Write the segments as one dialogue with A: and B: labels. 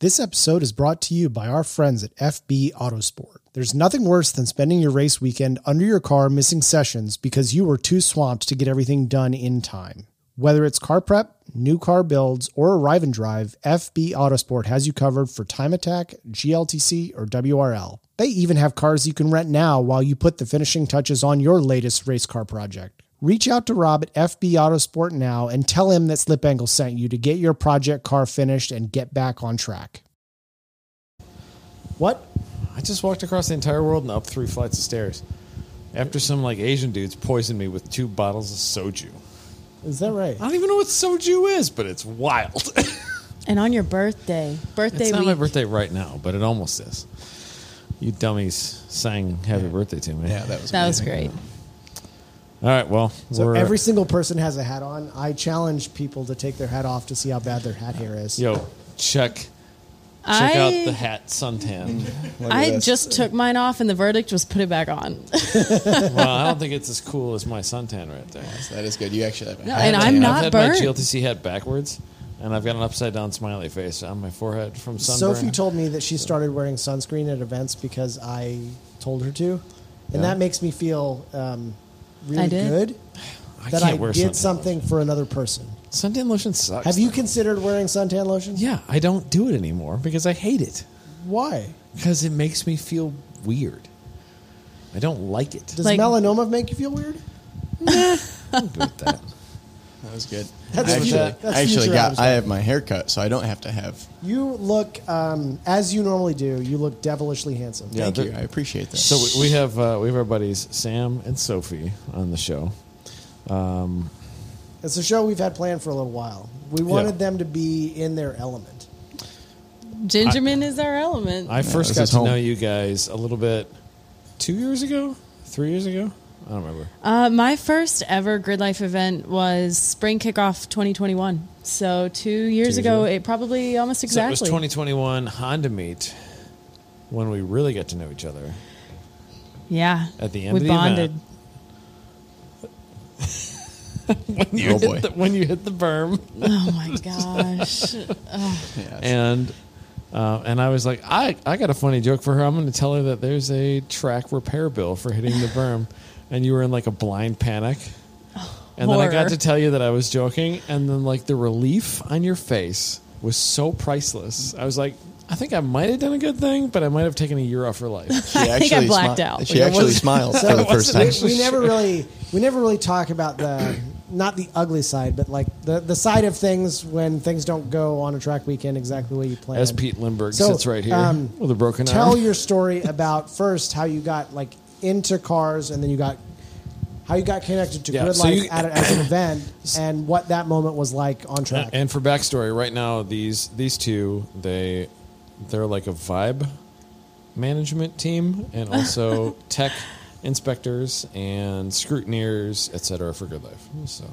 A: This episode is brought to you by our friends at FB Autosport. There's nothing worse than spending your race weekend under your car missing sessions because you were too swamped to get everything done in time. Whether it's car prep, new car builds, or arrive and drive, FB Autosport has you covered for time attack, GLTC, or WRL. They even have cars you can rent now while you put the finishing touches on your latest race car project. Reach out to Rob at FB Autosport now and tell him that Slip Angle sent you to get your project car finished and get back on track. What?
B: I just walked across the entire world and up three flights of stairs. After some like Asian dudes poisoned me with two bottles of soju.
A: Is that right?
B: I don't even know what soju is, but it's wild.
C: And on your birthday, birthday
B: it's not
C: week,
B: my birthday right now, but it almost is. You dummies sang happy birthday to me. Yeah, that was.
C: that was great.
B: All right, well,
A: So
B: we're,
A: every single person has a hat on. I challenge people to take their hat off to see how bad their hat hair is.
B: yo check check
C: I
B: out the hat suntan.
C: I just took mine off, and the verdict was put it back on.
B: well, I don't think it's as cool as my suntan right there.
D: That is good. You actually have.
C: No, and
B: I've
C: I'm
B: had-
C: not
B: I've had
C: burnt.
B: my GLTC hat backwards, and I've got an upside down smiley face on my forehead from sunburn.
A: Sophie told me that she started wearing sunscreen at events because I told her to, and that makes me feel um, really
C: I did.
A: good
B: I
A: that
B: can't
A: I
B: wear
A: did
B: suntan
A: something for another person.
B: Lotion. Suntan lotion sucks.
A: Have you considered wearing suntan lotion?
B: Yeah, I don't do it anymore because I hate it.
A: Why?
B: Because it makes me feel weird. I don't like it.
A: Does
C: Like-
A: melanoma make you feel weird?
B: Don't do it that.
D: That was good.
A: That's
D: I actually,
A: future- that's
D: I actually
A: future
D: got.
A: Adam's
D: I have my hair cut, so I don't have to have.
A: You look um, as you normally do. You look devilishly handsome.
B: Yeah,
D: Thank
B: they're-
D: you. I appreciate that.
B: So we, we have uh, we have our buddies Sam and Sophie on the show.
A: It's a show we've had planned for a little while. We wanted
B: Yeah.
A: them to be in their element.
C: Gingerman is our element.
B: I first
D: this
B: got
D: is
B: to
D: home.
B: know you guys a little bit two years ago, three years ago. I don't remember.
C: uh, my first ever Grid Life event was Spring Kickoff 2021. So two years
B: Two years
C: ago,
B: ago.
C: it probably almost
B: So it was
C: exactly.
B: 2021 Honda meet when we really got to know each other.
C: yeah,
B: At the end
C: we
B: of the
C: bonded.
B: event. When you,
D: Oh,
B: hit
D: boy.
B: The, when you hit the berm.
C: Oh my gosh!
D: Yeah, it's-
B: and uh, and I was like, I, I got a funny joke for her. I'm going to tell her that there's a track repair bill for hitting the berm, and you were in like a blind panic. And then I
C: Horror.
B: got to tell you that I was joking, and then like the relief on your face was so priceless. I was like, I think I might have done a good thing, but I might have taken a year off her life.
D: she
C: I think I
D: actually
C: blacked
D: smi-
C: out.
D: She
B: Like, I
D: actually
B: wasn't-
D: smiled for the first time.
B: wasn't
A: We never really we never really talk about the not the ugly side, but like the, the side of things when things don't go on a track weekend exactly the way you planned.
B: As Pete Lindbergh
A: So,
B: sits right here
A: um,
B: with a broken
A: tell
B: arm.
A: your story about first how you got like into cars and then you got how you got connected to
B: Yeah,
A: grid
B: so
A: life
B: you-
A: at, a- as an event and what that moment was like on track.
B: And for backstory, right now these these two they they're like a vibe management team and also tech inspectors and scrutineers, etc. for Good Life. So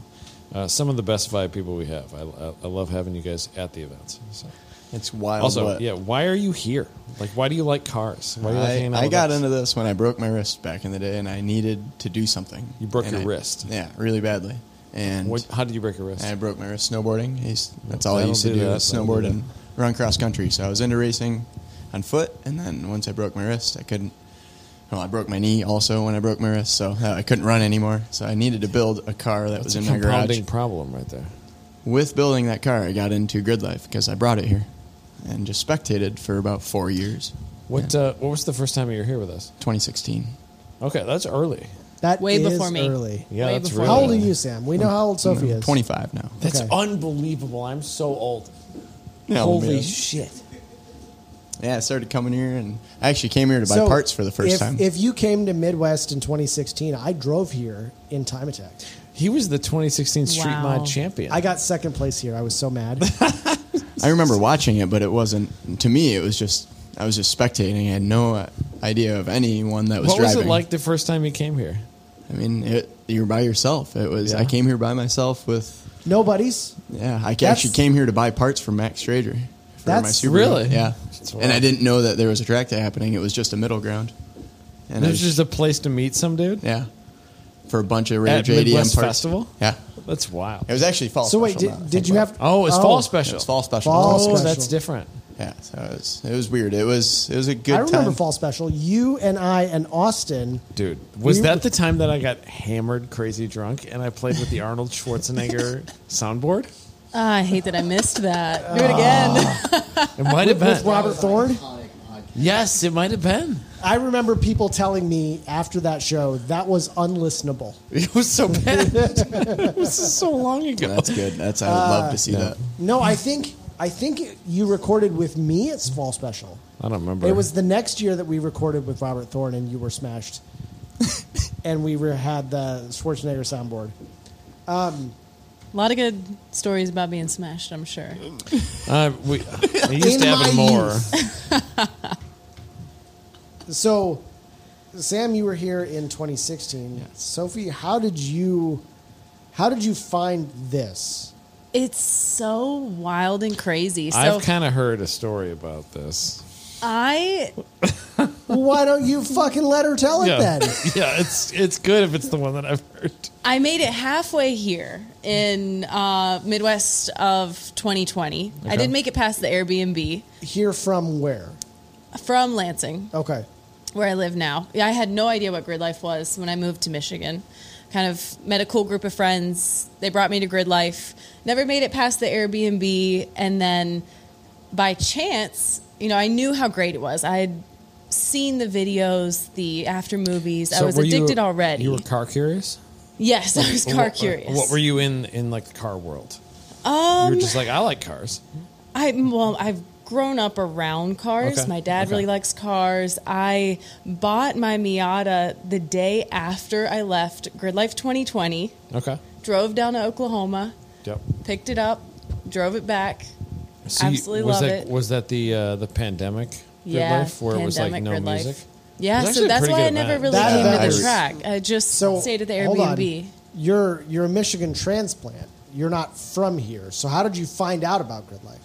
B: uh, some of the best vibe people we have. I, I, I love having you guys at the events. So.
D: It's wild.
B: Also,
D: what-
B: yeah, why are you here? Like, why do you like cars? Why do you like
D: I,
B: hanging out
D: I
B: with
D: got
B: us?
D: into this when I broke my wrist back in the day, and I needed to do something.
B: You broke
D: And
B: your
D: I-
B: wrist.
D: Yeah, really badly. And
B: What, how did you break your wrist?
D: I broke my wrist snowboarding. I used- that's all I
B: That'll
D: used to
B: do
D: do,
B: that.
D: was
B: That'll do
D: snowboard
B: that.
D: and run cross country. So I was into racing on foot, and then once I broke my wrist, I couldn't. Well, I broke my knee also when I broke my wrist, so uh, I couldn't run anymore. So I needed to build a car that was
B: That's
D: in
B: a
D: my garage.
B: compounding problem right there.
D: With building that car, I got into grid life because I brought it here and just spectated for about four years.
B: What uh, What was the first time you were here with us?
D: 2016.
B: Okay, that's early.
A: that
C: Way
A: is
C: before me.
A: early.
B: Yeah,
C: Way
B: that's
C: before
B: really
A: How old are
B: early.
A: you, Sam? We know how old Sophie
D: I'm
A: is.
D: 25 now.
B: That's
A: Okay.
B: unbelievable. I'm so old.
D: Yeah,
B: Holy
D: yeah.
B: shit.
D: Yeah, I started coming here, and I actually came here to buy
A: So,
D: parts for the first
A: if,
D: time.
A: If you came to Midwest in 2016, I drove here in Time Attack.
B: He was the 2016 Street
C: Wow.
B: Mod champion.
A: I got second place here. I was so mad.
D: I remember watching it, but it wasn't to me. It was just I was just spectating. I had no uh, idea of anyone that was
B: What was
D: driving.
B: it like the first time you came here?
D: I mean, it, you were by yourself. It was.
B: Yeah.
D: I came here by myself with.
A: Nobody's.
D: Yeah, I
A: That's-
D: actually came here to buy parts for Max Strader. For
A: That's-
D: my Subaru.
B: Really?
D: Yeah,
B: That's
D: and I
B: wild.
D: didn't know that there was a track day happening. It was just a middle ground. And I
B: There's just a place to meet some dude.
D: yeah, for a bunch of
B: At
D: Rage ADM
B: Midwest
D: parts.
B: Festival?
D: Yeah,
B: That's wild.
D: it was actually fall.
A: So wait,
D: special now
A: did,
D: that I
A: did
D: think
A: you
D: about
A: have?
B: Oh, it's fall special.
D: It It was fall special.
A: Fall
B: Oh,
A: special.
B: that's different.
D: it. Yeah, so it was, it was weird. It was it was a good
A: I remember
D: time.
A: fall special. You and I and Austin.
B: Dude, was
A: We-
B: that the time that I got hammered crazy drunk and I played with the Arnold Schwarzenegger soundboard?
C: Ah, I hate that I missed that.
B: Ah.
C: Do it again.
B: It might have
A: with
B: been.
A: Robert Thorne.
B: Yes, it might have been.
A: I remember people telling me after that show that was unlistenable.
B: It was so bad. this is so long ago.
D: That's good. That's I would love to see that.
A: No, I think I think you recorded with me at Fall Special.
B: I don't remember.
A: It was the next year that we recorded with Robert Thorne and you were smashed. and we were, had the Schwarzenegger soundboard.
C: A lot of good stories about being smashed, I'm sure.
B: Uh, we, it used to
A: In
B: happen
A: my
B: more.
A: So, Sam, you were here in 2016. Sophie, how did you how did you find this?
C: It's so wild and crazy. So
B: I've kind of heard a story about this.
C: I
A: Why don't you fucking let her tell it
B: yeah.
A: then?
B: yeah, it's it's good if it's the one that I've heard.
C: I made it halfway here in uh, Midwest of 2020. I
B: Okay.
C: did make it past the Airbnb
A: Here from where?
C: from Lansing,
A: Okay.
C: where I live now. Yeah, I had no idea what grid life was when I moved to Michigan. Kind of met a cool group of friends. They brought me to grid life. Never made it past the Airbnb, and then by chance, you know, I knew how great it was. I had seen the videos, the after movies. I was addicted already.
B: You were car curious.
C: yes, I was car
B: What-
C: curious.
B: What were you in in like the car world? you
C: Um,
B: were just like I like cars.
C: I well, I've grown up around cars.
B: Okay.
C: My dad
B: Okay.
C: really likes cars. I bought my Miata the day after I left Grid Life 2020.
B: Okay.
C: Drove down to Oklahoma,
B: Yep.
C: picked it up, drove it back.
B: So you-
C: Absolutely
B: was
C: love
B: that,
C: it.
B: Was that the uh, the pandemic? Good
C: yeah,
B: Life, where it was like
C: pandemic
B: no
C: Grid Life.
B: music. It
C: Yeah,
B: was
C: so
B: actually a
C: that's
B: pretty
C: why
B: good
C: I never
B: event.
C: really
A: That
C: came to
A: event
C: the
A: was-
C: track. I just
A: So
C: stayed at the
A: hold on.
C: Airbnb.
A: You're you're a Michigan transplant. You're not from here. So how did you find out about Grid Life?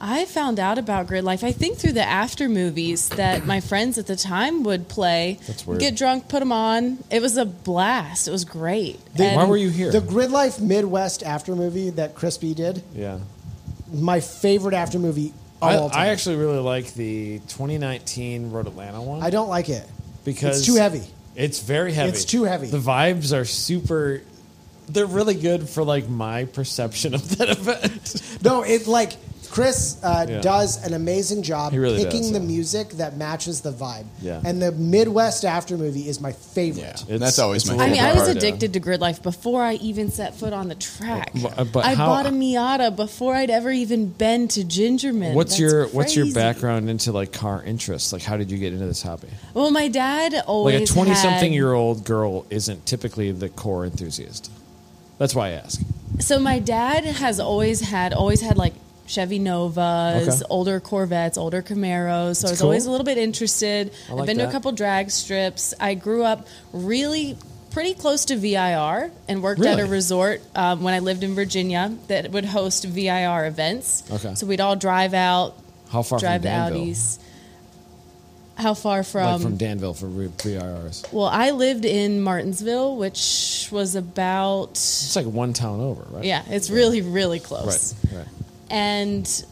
C: I found out about Grid Life, I think through the after movies that my friends at the time would play.
B: That's weird.
C: Get drunk, put them on. It was a blast. It was great. And-
B: Why were you here?
A: The Grid Life Midwest after movie that Crispy did,
B: yeah.
A: my favorite after movie of
B: I,
A: all time.
B: I actually really like the 2019 Road Atlanta one.
A: I don't like it.
B: because
A: it's too heavy.
B: It's very heavy.
A: It's too heavy.
B: The vibes are super. They're really good for like my perception of that event.
A: No, it like Chris uh,
B: Yeah.
A: does an amazing job
B: He really
A: picking
B: does,
A: the
B: yeah.
A: music that matches the vibe.
B: Yeah.
A: And the Midwest after movie is my
D: Yeah,
A: favorite.
B: It's-
D: that's always
B: it's
D: my.
B: a
C: I mean,
D: favorite
C: I was
B: Hard, uh,
C: addicted to Grid Life before I even set foot on the track.
B: But- uh, but
C: I
B: how-
C: bought a Miata before I'd ever even been to Gingerman.
B: what's
C: That's
B: your What's your
C: crazy.
B: background into like car interests? Like, how did you get into this hobby?
C: Well, my dad always
B: Like a 20 something
C: had-
B: year old girl isn't typically the core enthusiast. That's why I ask.
C: So my dad has always had always had like Chevy Novas,
B: Okay.
C: older Corvettes, older Camaros. So I was
B: cool.
C: always a little bit interested.
B: I
C: I've
B: like
C: been to
B: that.
C: a couple drag strips. I grew up really pretty close to VIR and worked at a
B: Really?
C: resort um, when I lived in Virginia that would host VIR events.
B: Okay.
C: So we'd all drive out,
B: How far
C: drive
B: from
C: the
B: Danville?
C: Audis. How far from?
B: like from Danville for re- VIRs.
C: well, I lived in Martinsville, which was about
B: It's like one town over, right?
C: yeah, it's really really
B: Right.
C: close.
B: Right.
C: And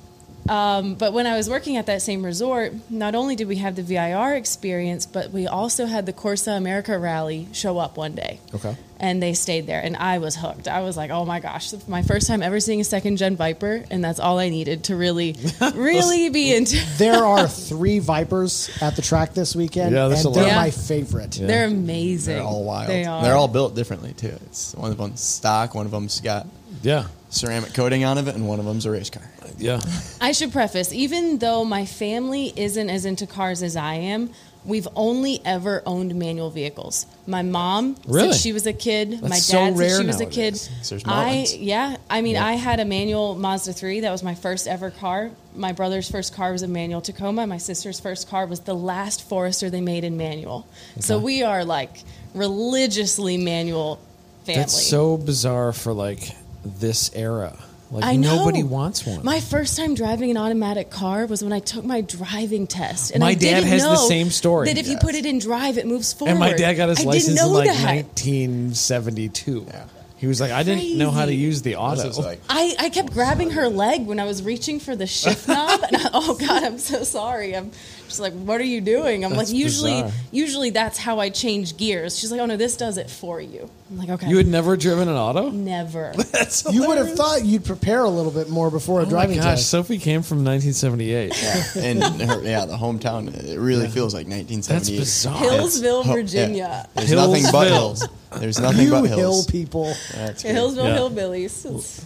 C: um, but when I was working at that same resort, not only did we have the VIR experience, but we also had the Corsa America rally show up one day.
B: Okay.
C: And they stayed there, and I was hooked. I was like, "Oh my gosh, this is my first time ever seeing a second gen Viper, and that's all I needed to really, really be into."
A: There are three Vipers at the track this weekend,
B: Yeah, there's
A: and
B: a lot.
A: they're
C: Yeah.
A: my favorite.
C: They're amazing.
D: They're all wild.
C: They are.
D: They're all built differently too. It's one of them's stock, one of them's got
B: Yeah.
D: ceramic coating on of it, and one of them's a race car.
B: Yeah.
C: I should preface, even though my family isn't as into cars as I am, we've only ever owned manual vehicles. My mom
B: Really?
C: since she was a kid, my dad
B: That's so
C: since
B: rare
C: she was a kid.
B: nowadays,
D: 'cause there's not
C: I
D: ones.
C: yeah, I mean
B: Yeah.
C: I had a manual Mazda 3, that was my first ever car. My brother's first car was a manual Tacoma, my sister's first car was the last Forester they made in manual. So we are like religiously manual family.
B: That's so bizarre for like this era. Like
C: I know.
B: nobody wants one.
C: My first time driving an automatic car was when I took my driving test, and
B: My
C: I
B: dad
C: didn't
B: has the
C: know
B: same story.
C: That if you
B: Yes.
C: put it in drive, it moves forward.
B: and my dad got his
C: I
B: license
C: didn't know
B: in like
C: that.
B: 1972.
D: Yeah.
B: He was like, I didn't know how to
C: Crazy.
B: use the
D: This
B: auto.
D: is like
C: I, I kept grabbing her leg when I was reaching for the shift knob, and I, oh god, I'm so sorry. I'm just like, what are you doing? I'm
B: That's
C: like, usually,
B: bizarre.
C: usually that's how I change gears. She's like, oh no, this does it for you. I'm like, okay,
B: you had never driven an auto?
C: never.
B: That's
A: You would have
B: hilarious.
A: thought you'd prepare a little bit more before a
B: Oh my
A: driving
B: gosh,
A: test.
B: Sophie came from 1978.
D: and her, yeah, the hometown. It really feels like 1978.
B: That's bizarre.
C: Hillsville,
D: Oh, yeah.
C: Virginia.
D: There's nothing but hills.
B: Hillsville.
D: There's nothing
A: you
D: but
A: hill
D: hills.
A: people.
D: That's great.
C: Hillsville
B: Yeah.
C: hillbillies. It's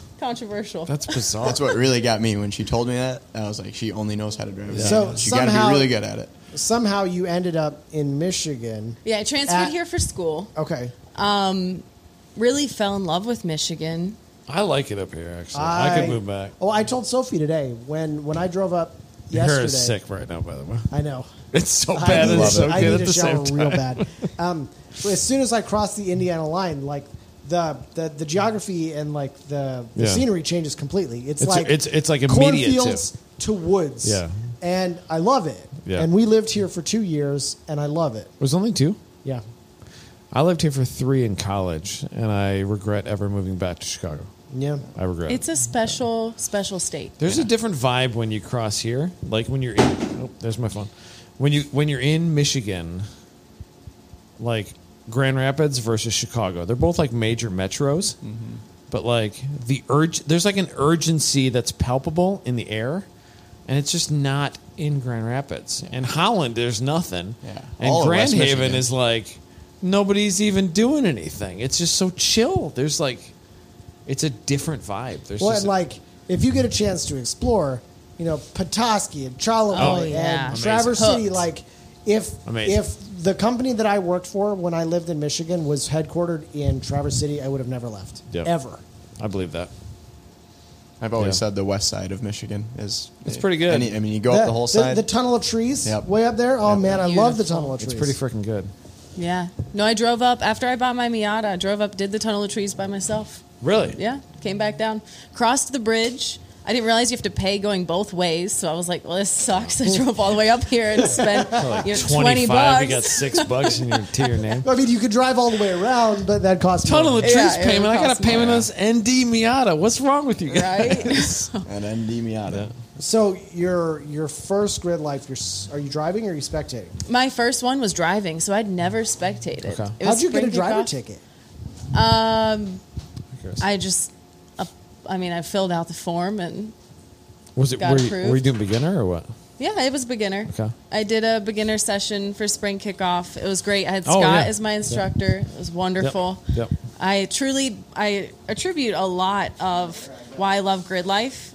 C: controversial.
B: That's bizarre.
D: That's what really got me when she told me that. I was like, she only knows how to drive. a
A: So
D: van. she got
A: somehow-
D: to be really good at it.
A: Somehow you ended up in Michigan.
C: yeah, I transferred
A: At-
C: here for school.
A: Okay.
C: Really fell in love with Michigan.
B: I like it up here, actually. I, could move back.
A: Oh, I told Sophie today when when I drove up
B: Your
A: yesterday.
B: hair is sick right now, by the way.
A: I know.
B: It's so bad and
A: need-
B: it's so
A: I
B: good
A: need
B: at
A: a
B: the same
A: shower
B: time.
A: real bad. Um, but as soon as I crossed the Indiana line, like the the, the geography and like the, the
B: Yeah.
A: scenery changes completely. It's,
B: It's-
A: like
B: it's- it's like immediate, too.
A: cornfields to woods.
B: Yeah.
A: and I love it.
B: Yeah.
A: and we lived here for two years, and I love it.
B: Was only two?
A: Yeah,
B: I lived here for three in college, and I regret ever moving back to Chicago.
A: yeah.
B: I regret
C: It's
B: it.
C: a special, special state.
B: There's a different vibe when you cross here. Like when you're in oh, there's my phone. When you when you're in Michigan, like Grand Rapids versus Chicago. They're both like major metros.
D: Mm-hmm.
B: But like the urge there's like an urgency that's palpable in the air. And it's just not in Grand Rapids. And Holland, there's nothing.
D: Yeah.
B: And
D: All of
B: Grand
D: West
B: Haven
D: Michigan.
B: is like nobody's even doing anything. It's just so chill. There's like it's a different vibe. There's
A: Well,
B: just
A: and like if you get a chance to explore, you know, Petoskey and Charlevoix
C: Oh, yeah.
A: and
C: Amazing.
A: Traverse City,
C: Hooked.
A: like if
B: Amazing.
A: if the company that I worked for when I lived in Michigan was headquartered in Traverse City, I would have never left.
B: Yep.
A: Ever.
B: I believe that.
D: I've always
B: Yeah.
D: said the west side of Michigan is.
B: It's pretty good.
D: Any, I mean, you go up the whole side.
A: The, tunnel of trees
D: Yep.
A: way up there. Oh
D: Yep.
A: man, I love the
C: Beautiful.
A: tunnel of trees.
B: It's pretty freaking good.
C: Yeah. No, I drove up after I bought my Miata. I drove up, did the Tunnel of Trees by myself.
B: Really?
C: Yeah, came back down, crossed the bridge. I didn't realize you have to pay going both ways, so I was like, "Well, this sucks." I drove all the way up here and spent you know, twenty bucks.
B: You got six bucks in your, to your name.
A: I mean, you could drive all the way around, but that costs
B: Tunnel of
A: money.
B: Trees
C: Yeah, it would
B: payment. I got
C: cost
B: a payment
C: more.
B: on this ND Miata. What's wrong with you guys?
C: right?
D: and MD Miata.
A: So your your first grid life, you're, s- are you driving or are you spectating?
C: My first one was driving, so I'd never spectated.
B: Okay.
C: It was
A: How'd you get a
C: spring
A: driver
C: kickoff.
A: ticket?
C: I just, uh, I mean, I filled out the form and
B: was it
C: got
B: were you,
C: approved.
B: were you doing beginner or what?
C: yeah, it was beginner.
B: Okay.
C: I did a beginner session for spring kickoff. It was great. I had
B: Oh,
C: Scott
B: yeah.
C: as my instructor. It was wonderful.
B: Yep.
C: I truly I attribute a lot of why I love grid life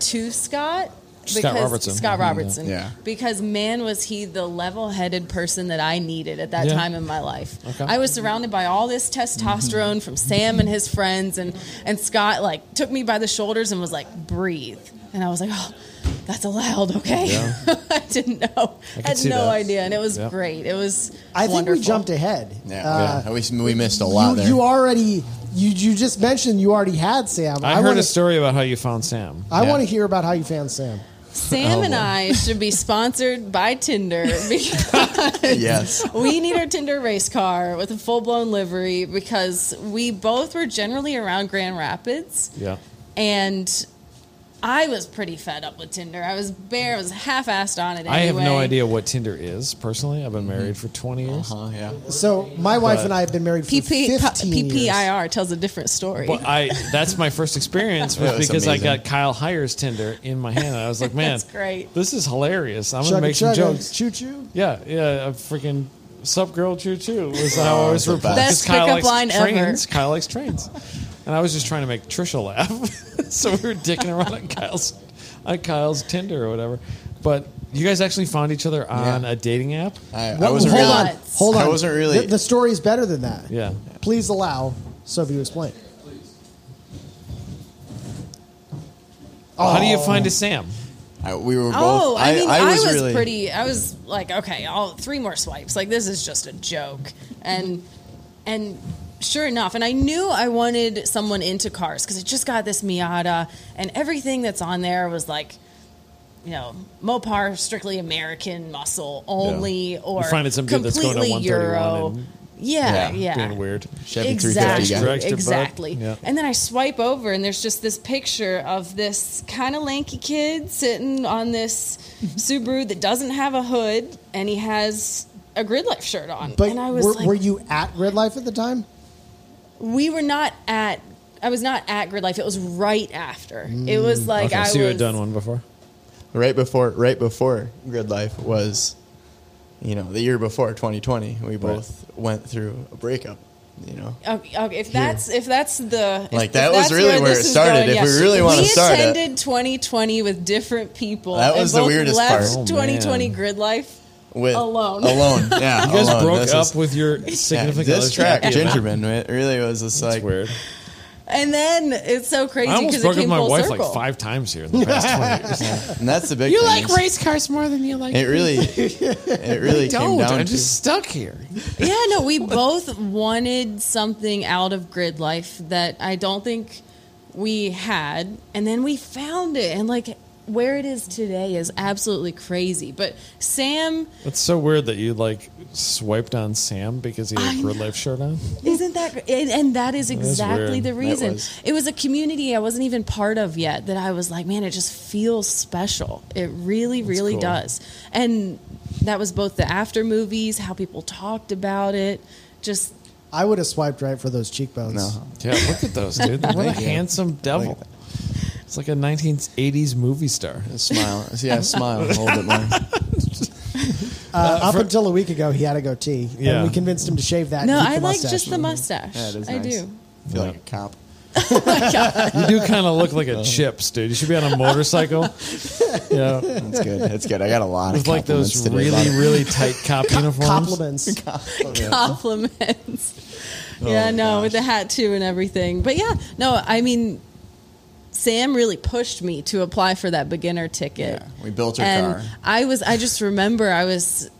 C: to Scott.
B: Scott Robertson. Mm-hmm.
C: Scott Robertson.
D: Yeah.
C: Because man was he the level headed person that I needed at that
B: Yeah.
C: time in my life.
B: Okay. Mm-hmm.
C: I was surrounded by all this testosterone from Sam and his friends and, and Scott like took me by the shoulders and was like, breathe. And I was like, Oh, that's allowed, okay.
B: Yeah.
C: I didn't know. I,
B: could
C: had
B: see
C: no
B: that.
C: idea. And it was
B: Yep.
C: great. It was
A: I think
C: wonderful.
A: we jumped ahead.
D: Yeah.
A: Uh,
D: yeah. We, we missed a lot
A: you,
D: there.
A: you already you you just mentioned you already had Sam.
B: I, heard
A: wanna,
B: a story about how you found Sam.
A: I
D: Yeah.
A: want to hear about how you found Sam.
C: Sam
B: Oh,
C: and I should be sponsored by Tinder because
D: yes.
C: we need our Tinder race car with a full blown livery because we both were generally around Grand Rapids
B: Yeah.
C: and I was pretty fed up with Tinder. I was bare, I was half assed on it. Anyway.
B: I have no idea what Tinder is personally. I've
C: Mm-hmm.
B: been married for 20 years.
D: Uh-huh, yeah.
A: So my wife
B: But-
A: and I have been married for
C: PP,
A: 15 years.
C: PPIR tells a different story.
B: But I that's my first experience was
D: That was
B: because I
D: amazing.
B: got Kyle Heyer's Tinder in my hand. I was like, man,
C: That's great.
B: This is hilarious. I'm
A: Chugga
B: gonna make some
A: chugga,
B: jokes.
A: Choo choo.
B: Yeah, yeah, a freaking sup girl choo choo was how I always
D: the
B: replied.
D: best.
B: 'cause
C: Best pickup line ever.
B: trains. Kyle likes trains, and I was just trying to make Trisha laugh, so we were dicking around on Kyle's on Kyle's Tinder or whatever. But you guys actually found each other on
D: Yeah. Uh,
B: a dating app.
D: I, I
A: Well,
D: wasn't
A: hold
D: really.
A: on. Hold on.
D: I wasn't really-
A: The, the story's better than that.
B: Yeah,
A: Please allow Sophie to explain.
B: how do
D: oh.
B: you find a Sam?
D: I, we were both.
C: Oh, I mean, I, was,
D: really,
C: pretty. I was like, okay, all three more swipes. Like this is just a joke, and and sure enough, and I knew I wanted someone into cars because I just got this Miata, and everything that's on there was like, you know, Mopar strictly American muscle only, or
B: You find it some dude that's
C: completely
B: going to 131
C: Euro.
B: and
C: Yeah, yeah.
B: Being weird.
D: Chevy
C: exactly.
D: 350 guy.
B: Extra buck.
C: exactly.
B: Yeah.
C: And then I swipe over, and there's just this picture of this kind of lanky kid sitting on this Subaru that doesn't have a hood, and he has a grid life shirt on.
A: But
C: and I was
A: were,
C: like,
A: were you at Red Life at the time?
C: we were not at. I was not at Grid Life. It was right after. it was like
B: Mm. okay,
C: I
B: so you
C: was
B: had done one before.
D: Right before, right before Grid Life was, you know, the year before 2020. We both went through a breakup. You know,
C: Okay, okay, if that's if that's the if-
D: Like,
C: if
D: that was
C: that's
D: really where it
C: this is
D: started, if we really wanna start it.
C: we attended 2020 with different people.
D: That
C: and
D: was the
C: both
D: weirdest
C: left
D: part. Oh,
B: man.
C: 2020 grid life.
D: with
C: Alone.
D: alone. Yeah,
B: You guys
D: alone.
B: broke
D: This
B: up
D: is-
B: with your
D: yeah,
B: significant
D: this track,
B: other.
D: Gingerman. It really was just
B: That's
D: like
B: weird.
C: And then it's so crazy
B: I almost
C: because it
B: broke up with
C: came
B: my
C: full
B: wife
C: circle.
B: like five times here in the past 20 years.
D: And that's the big. You like race cars more than you like. It really, it really came down to.
B: stuck here.
C: Yeah, no, we both wanted something out of grid life that I don't think we had. And then we found it. And like where it is today is absolutely crazy. But Sam,
B: It's so weird that you like swiped on Sam because he had
C: I
B: a Grid Life shirt on.
C: Isn't that gr- and, and that is exactly
B: weird.
C: the reason.
D: was-
C: It was a community I wasn't even part of yet that I was like, man, it just feels special. It really, really
B: cool.
C: does. And that was both the after movies, how people talked about it, just
A: I would have swiped right for those cheekbones.
D: No.
B: Yeah, look at those, dude. What a
D: you.
B: handsome devil. It's like a 1980s movie star.
D: Smile, yeah, smile a little bit more.
A: Uh, up until a week ago, he had a goatee,
B: Yeah.
A: and we convinced him to shave that.
C: no,
A: and keep
C: I
A: the
C: like
A: mustache.
C: just the mustache.
D: Yeah, it is
C: I
D: nice.
C: do.
D: Feel
B: Yeah.
D: like a cop.
B: You do kind of look like a chips, dude. You should be on a motorcycle. Yeah,
D: That's good. That's good. I got a lot
B: with
D: of
B: like
D: compliments
B: those
D: today.
B: really, really tight cop uniforms.
A: compliments.
B: Oh,
C: compliments. yeah, no, with the hat too and everything. But yeah, no, I mean, Sam really pushed me to apply for that beginner ticket.
D: Yeah, we built her
C: and
D: car.
C: I was, I just remember I was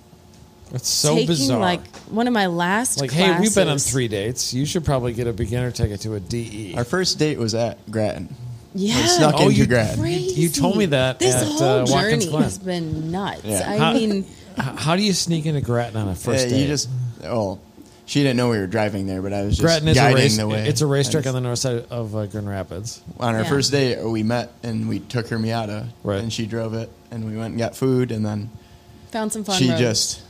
B: It's so
C: taking
B: bizarre.
C: like one of my last.
B: Like, hey, we've been on
C: classes.
B: three dates. You should probably get a beginner ticket to a E. DE.
D: Our first date was at Grattan.
C: Yeah,
D: We snuck
B: Oh,
D: into
B: you-
D: Grattan.
C: Crazy.
B: You told me that
C: This
B: at,
C: whole
B: uh, Watkins
C: journey
B: Glen.
C: has been nuts.
D: Yeah.
C: I
B: How-
C: mean,
B: H- How do you sneak into Grattan on a first
D: Yeah,
B: date?
D: you just well, she didn't know we were driving there, but I was just
B: Grattan is a
D: guiding
B: race.
D: the way.
B: It's a racetrack
D: I
B: on
D: just-
B: the north side of uh, Grand Rapids.
D: on our
C: Yeah.
D: first date, we met and we took her Miata,
B: Right.
D: and she drove it, and we went and got food, and then
C: found some fun.
D: she
C: roads.
D: just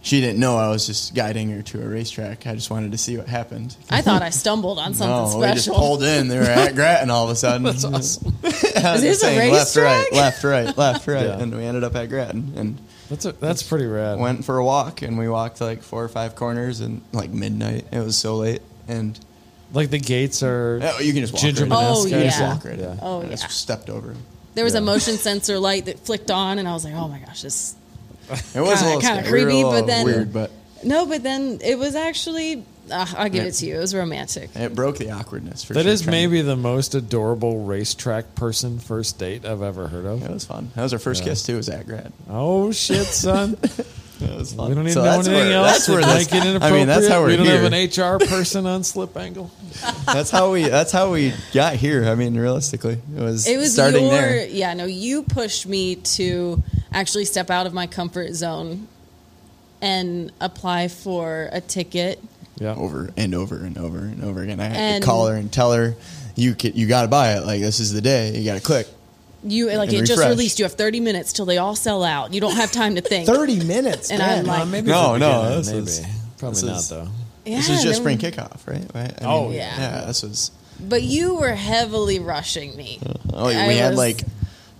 D: she didn't know I was just guiding her to a racetrack. I just wanted to see what happened.
C: I thought I stumbled on something
D: no, we Oh, just
C: special.
D: pulled in. They were at Grattan all of a sudden. That's awesome.
C: Is this a
D: left, right,
C: racetrack?
D: left, right, left, right,
B: Yeah.
D: and we ended up at Grattan and
B: That's a, that's pretty rad.
D: went for a walk. And we walked like four or five corners and like midnight. It was so late, and
B: like the gates are.
D: Oh, you can just walk
B: Ginger
D: right in.
C: Oh,
B: Manesca.
D: You can just
C: yeah.
D: walk right in.
B: Yeah.
C: Oh,
D: I just
C: yeah.
D: stepped over. him.
C: There was
B: Yeah.
C: a motion sensor light that flicked on, and I was like, "Oh my gosh, this
D: It
C: Kinda-
D: was a little
C: kinda
D: scary. We were
C: creepy, but
D: a little
C: then-
D: weird, but
C: No, but then it was actually. Uh, I'll give it to you. It was romantic.
D: it broke the awkwardness for
B: That
D: sure.
B: is
D: trying-
B: maybe the most adorable racetrack person first date I've ever heard
D: It
B: of.
D: was fun. That was our first kiss too. Was at grad.
B: Oh shit, son!
D: It was fun.
B: We don't even
D: So
B: know
D: that's
B: anything
D: where-
B: else.
D: That's where
B: It
D: this.
B: might get
D: I mean, that's how
B: inappropriate.
D: we're
B: We don't
D: here.
B: have an HR person on Slip Angle.
D: that's how we. That's how we got here. I mean, realistically, it was.
C: It was
D: starting
C: your
D: there.
C: yeah. No, you pushed me to actually step out of my comfort zone and apply for a ticket.
B: Yeah,
D: over and over and over and over again. I had
C: And-
D: to call her and tell her, you can, you got to buy it. Like this is the day. You got to click.
C: You like
D: And
C: it just
D: refresh.
C: released. You have thirty minutes till they all sell out. You don't have time to think.
A: Thirty minutes.
C: And
A: man.
C: I'm like-
B: Uh, maybe
D: No,
B: for
D: no,
B: beginner,
D: this
B: maybe
D: is-
B: probably
D: this
B: not
D: is-
B: though.
D: This
C: Yeah,
D: is
C: and
D: just
C: then-
D: spring kickoff, right? right? I
B: Oh,
C: yeah.
D: yeah. This was.
C: But you were heavily rushing me.
D: Oh, we
C: I
D: had
C: was-
D: like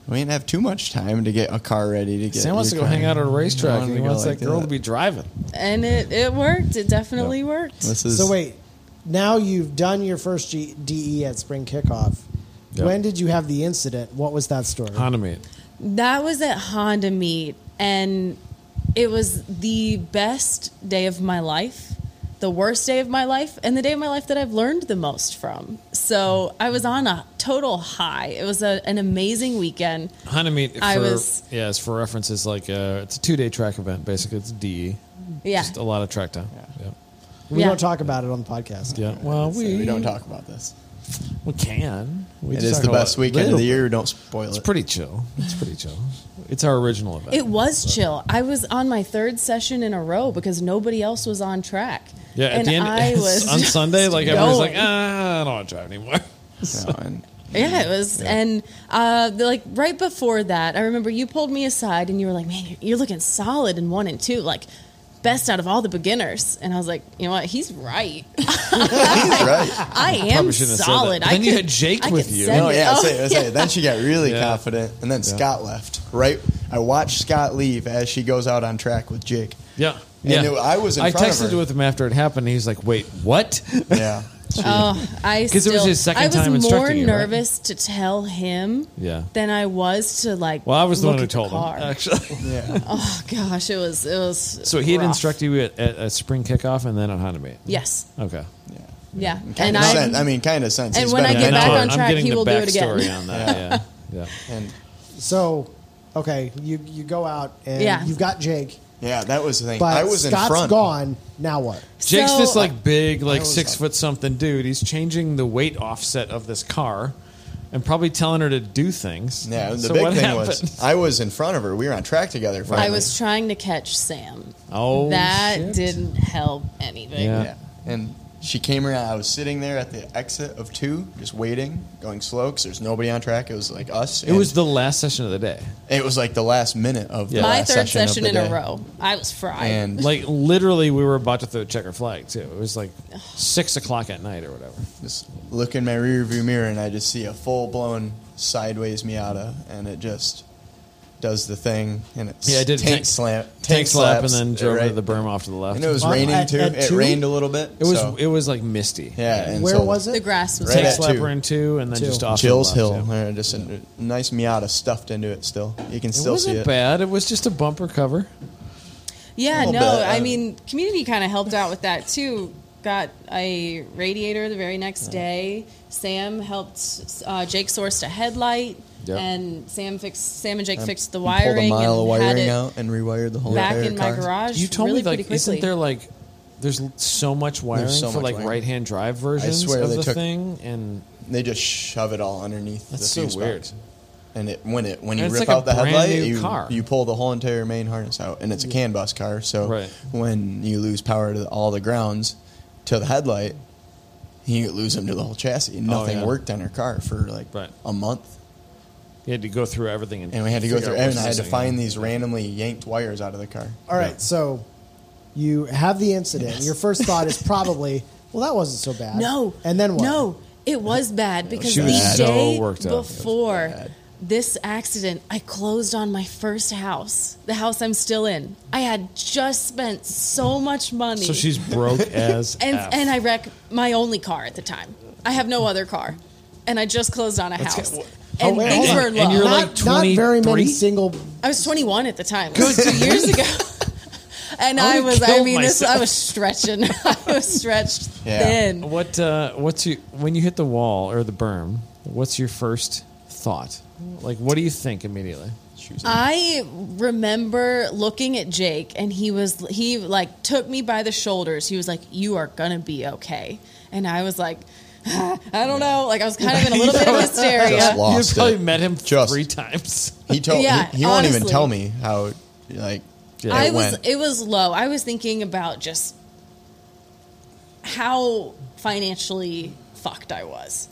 D: we didn't have too much time to get a car ready to get.
B: Sam wants to
D: your
B: go
D: car.
B: hang out at a
D: I
B: racetrack.
D: wanted
B: and
D: to
B: He
D: go
B: wants
D: like
B: that girl
D: that.
B: to be driving.
C: and it it worked. It definitely worked.
D: This is
A: so wait, now you've done your first G- DE at spring kickoff.
B: Yeah.
A: When did you have the incident? What was that story?
B: Hanami.
C: That was at Honda Meet, and it was the best day of my life, the worst day of my life, and the day of my life that I've learned the most from. So I was on a total high. It was a, an amazing weekend.
B: Hanami. For,
C: I was-
B: yeah, it's for reference. Is like uh it's a two day track event. Basically, it's DE.
C: Yeah.
B: just a lot of track time. Yeah,
A: We
C: Yeah.
A: don't talk about it on the podcast.
B: yeah. Well,
D: So
B: we
D: we don't talk about this.
B: We can. We
D: It
B: just
D: is
B: talk
D: the
B: about
D: best weekend of
B: little-
D: the year. Don't spoil
B: It's
D: it.
B: pretty chill. It's pretty chill. It's our original event.
C: It was chill. I was on my third session in a row because nobody else was on track.
B: Yeah, at
C: and
B: the end
C: I was
B: on
C: just
B: Sunday, like everyone's like,
C: going.
B: ah, I don't want to drive anymore.
D: No, and
C: Yeah, it was. And uh, the- like right before that, I remember you pulled me aside and you were like, "Man, you're, you're looking solid in one and two, like best out of all the beginners." And I was like, "You know what? He's right.
D: he's right.
C: I am
B: Probably shouldn't have said that.
C: solid." I
B: Then you
C: could-
B: had Jake
C: I
B: with
C: could
B: you.
C: send
D: No,
C: it.
D: yeah,
C: Oh,
D: that's it. That's
C: yeah.
D: it. Then she got really
B: Yeah.
D: confident, and then
B: Yeah.
D: Scott left. Right, I watched Scott leave as she goes out on track with Jake.
B: Yeah.
D: And
B: yeah.
D: it- I was in
B: I
D: front of
B: texted
D: her.
B: with him after it happened. And he's like, wait, what?
D: Yeah,
C: Oh, I
B: 'Cause it was
C: still-
B: his second
C: I was
B: time
C: more
B: instructing you, right?
C: nervous to tell him
B: Yeah.
C: than I was to like.
B: Well, I was the
C: look
B: one who
C: at
B: told
C: car.
B: him, actually.
D: yeah.
C: Oh gosh, it was it was.
B: So he had
C: rough.
B: instructed you at, at a spring kickoff and then on Hanami.
C: Yes.
B: Okay.
C: Yeah.
D: Kind
C: And
D: of
C: I.
D: sense. I mean, kind of sense.
C: and
D: He's
C: when
D: been
C: I
D: in
C: get
D: it.
C: back
B: No,
C: on track,
B: I'm getting
C: he
B: the
C: will do it
B: backstory
C: again.
B: on that. Yeah. Yeah.
D: And
A: So, okay, you you go out and
C: Yeah.
A: you've got Jake,
D: yeah, that was the thing.
A: but
D: I was
A: Scott's
D: in front.
A: gone. Now what?
B: Jake's
C: So-
B: this like big, like
D: was
B: six
D: like-
B: foot something dude. He's changing the weight offset of this car and probably telling her to do things.
D: Yeah, the
B: So
D: big
B: what
D: thing
B: happened?
D: was I was in front of her. We were on track together. Finally.
C: I was trying to catch Sam.
B: Oh,
C: that
B: shit.
C: didn't help anything.
B: Yeah.
D: Yeah. And she came around. I was sitting there at the exit of two, just waiting, going slow because there's nobody on track. It was like us.
B: It was the last session of the day.
D: It was like the last minute of the
B: Yeah.
C: My
D: last
C: third
D: session, of
C: session
D: the
C: in a
D: day.
C: row, I was fried.
D: And
B: Like literally, we were about to throw a checker flag too. It was like six o'clock at night or whatever.
D: just look in my rearview mirror, and I just see a full blown sideways Miata, and it just does the thing, and it's
B: Yeah, I did
D: tank
B: tank-
D: slam, tank,
B: Tank slap and
D: slaps,
B: then drove
D: right?
B: to the berm off to the left.
D: And it was
A: Well,
D: raining
A: at-
D: too.
A: at
D: it
A: two?
D: rained a little bit.
B: It was
D: so-
B: it was like misty.
D: yeah. And
A: Where
D: so
A: was it?
C: the grass was
B: Tank
D: Right
C: wet.
D: at two.
B: slapper in two, and then
A: Two.
B: just off to the
D: Chills
B: left,
D: Hill.
B: yeah.
D: Yeah, Just a nice Miata stuffed into it. Still, you can
B: It
D: still see
B: wasn't
D: it.
B: bad. It was just a bumper cover.
C: Yeah,
D: little
C: no,
D: bit,
C: I
B: um,
D: uh,
C: mean, community kind of helped out with that too. Got a radiator the very next day. Sam helped uh, Jake sourced a headlight,
B: Yeah.
C: and Sam fixed Sam and Jake fixed the
D: We pulled
C: wiring
D: a mile
C: and
D: of
C: had
D: wiring
C: it
D: out and rewired the whole
C: back
D: entire
C: in my
D: car.
C: garage.
B: You told
C: really
B: me like
C: pretty quickly.
B: isn't there like there's l- so much wiring
D: so
B: for
D: much
B: like
D: wiring.
B: right hand drive versions
D: swear
B: of
D: they
B: the
D: took-
B: thing and
D: They just shove it all underneath
B: That's
D: the
B: so
D: fuse
B: weird.
D: box. And it when it when you
B: And it's
D: rip
B: like a
D: out the
B: brand
D: headlight,
B: new
D: you,
B: car.
D: you pull the whole entire main harness out, and it's a CAN bus car. So
B: Right.
D: when you lose power to all the grounds to the headlight, you lose them to the whole chassis. Nothing
B: Oh, yeah.
D: worked on her car for like
B: Right.
D: a month.
B: you had to go through everything and,
D: and we had to go
B: figure
D: through
B: out
D: and
B: what's
D: I had to
B: missing.
D: find these randomly yanked wires out of the car.
A: All right, so you have the incident. Your first thought is probably, well, that wasn't so bad.
C: No.
A: and then what?
C: No, it was bad because
B: She
C: the
B: was so
C: day
B: worked up.
C: before this accident, I closed on my first house, the house I'm still in. I had just spent so much money,
B: So she's broke as
C: and
B: F.
C: and I wrecked my only car at the time. I have no other car, and I just closed on a
B: Let's
C: house.
B: get-
C: and
A: wait,
C: things
A: hold
C: were
A: on.
C: low.
B: And you're like-
A: Not, not very many
B: 23?
A: single.
C: I was 21 at the time, it was two years ago. And
B: I
C: I
B: would've
C: was, I
B: killed
C: mean, this, I
B: myself.
C: was stretching. I was stretched
D: Yeah.
C: thin.
B: What uh, what's your when you hit the wall or the berm? What's your first thought? Like, what do you think immediately?
C: I remember looking at Jake and he was he like took me by the shoulders. He was like, "You are gonna be okay," and I was like, "I don't know." Like I was kind of in a little bit of
D: Just
C: hysteria.
D: lost
B: You've probably
D: it.
B: met him
D: Just-
B: three times.
D: He told
C: Yeah,
D: he, he won't even
C: honestly.
D: tell me how like
B: Yeah.
C: I
D: it
C: was
D: went.
C: it was low. I was thinking about just how financially fucked I was.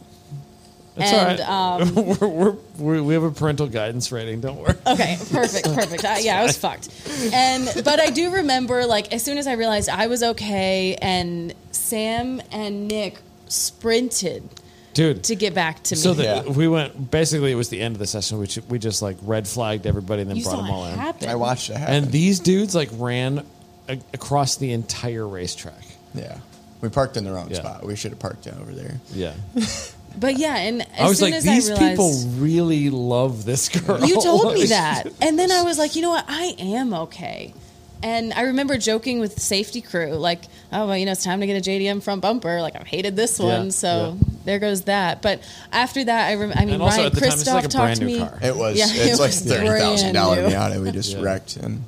B: That's
C: and
B: all right.
C: um,
B: we're, we're, we're, we have a parental guidance rating. Don't worry.
C: Okay, perfect, perfect. I, yeah, I was fucked. And but I do remember, like, as soon as I realized I was okay, and Sam and Nick sprinted
B: dude.
C: to get back to me.
B: so the,
D: Yeah.
B: we went. Basically, it was the end of the session. We ju- we just like red flagged everybody and then
C: you
B: brought
C: saw
B: them all
C: it
B: in.
C: happen.
D: I watched it happen.
B: And these dudes like ran a- across the entire racetrack.
D: yeah. We parked in the wrong
B: Yeah.
D: spot. We should have parked over there.
B: Yeah,
C: But yeah, and as
B: I was
C: soon
B: like,
C: as
B: these
C: I realized,
B: people really love this girl.
C: You told me that. And then I was like, you know what? I am okay. And I remember joking with the safety crew, like, oh, well, you know, it's time to get a JDM front bumper. Like, I've hated this
B: Yeah,
C: one. so
B: yeah.
C: there goes that. But after that, I, rem- I mean,
B: And also
C: Ryan
B: at the time, it's
C: Kristoff
B: like a
C: talked
B: brand
C: to
B: new
C: me.
B: car.
D: It was
C: Yeah,
D: it's
C: it
D: like
C: was
D: thirty thousand dollar
C: brand new.
D: Miata we just
B: Yeah.
D: wrecked and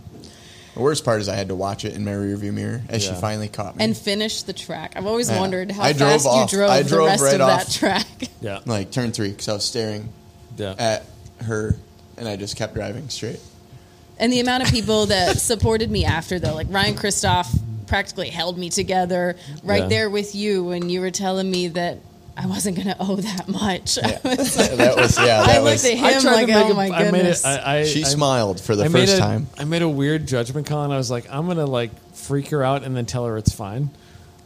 D: the worst part is I had to watch it in my rearview mirror as
B: Yeah.
D: she finally caught me.
C: And finish the track. I've always
D: Yeah.
C: wondered how
D: I drove
C: fast
D: off-
C: you drove,
D: I
C: the
D: drove
C: rest
D: right
C: of that
D: off.
C: track.
B: Yeah,
D: like turn three because I was staring
B: yeah.
D: at her and I just kept driving straight.
C: And the amount of people that supported me after, though, like Ryan Kristoff practically held me together right
B: Yeah.
C: there with you when you were telling me that I wasn't going to owe that much. I, was like,
D: that was yeah.
C: I
D: That
C: looked
D: was.
C: at him like, oh my
B: I made
C: goodness.
B: it. I, I,
D: she
B: I-
D: smiled for the
B: I made
D: first
B: a-
D: time.
B: I made a weird judgment call, and I was like, I'm gonna like freak her out, and then tell her it's fine.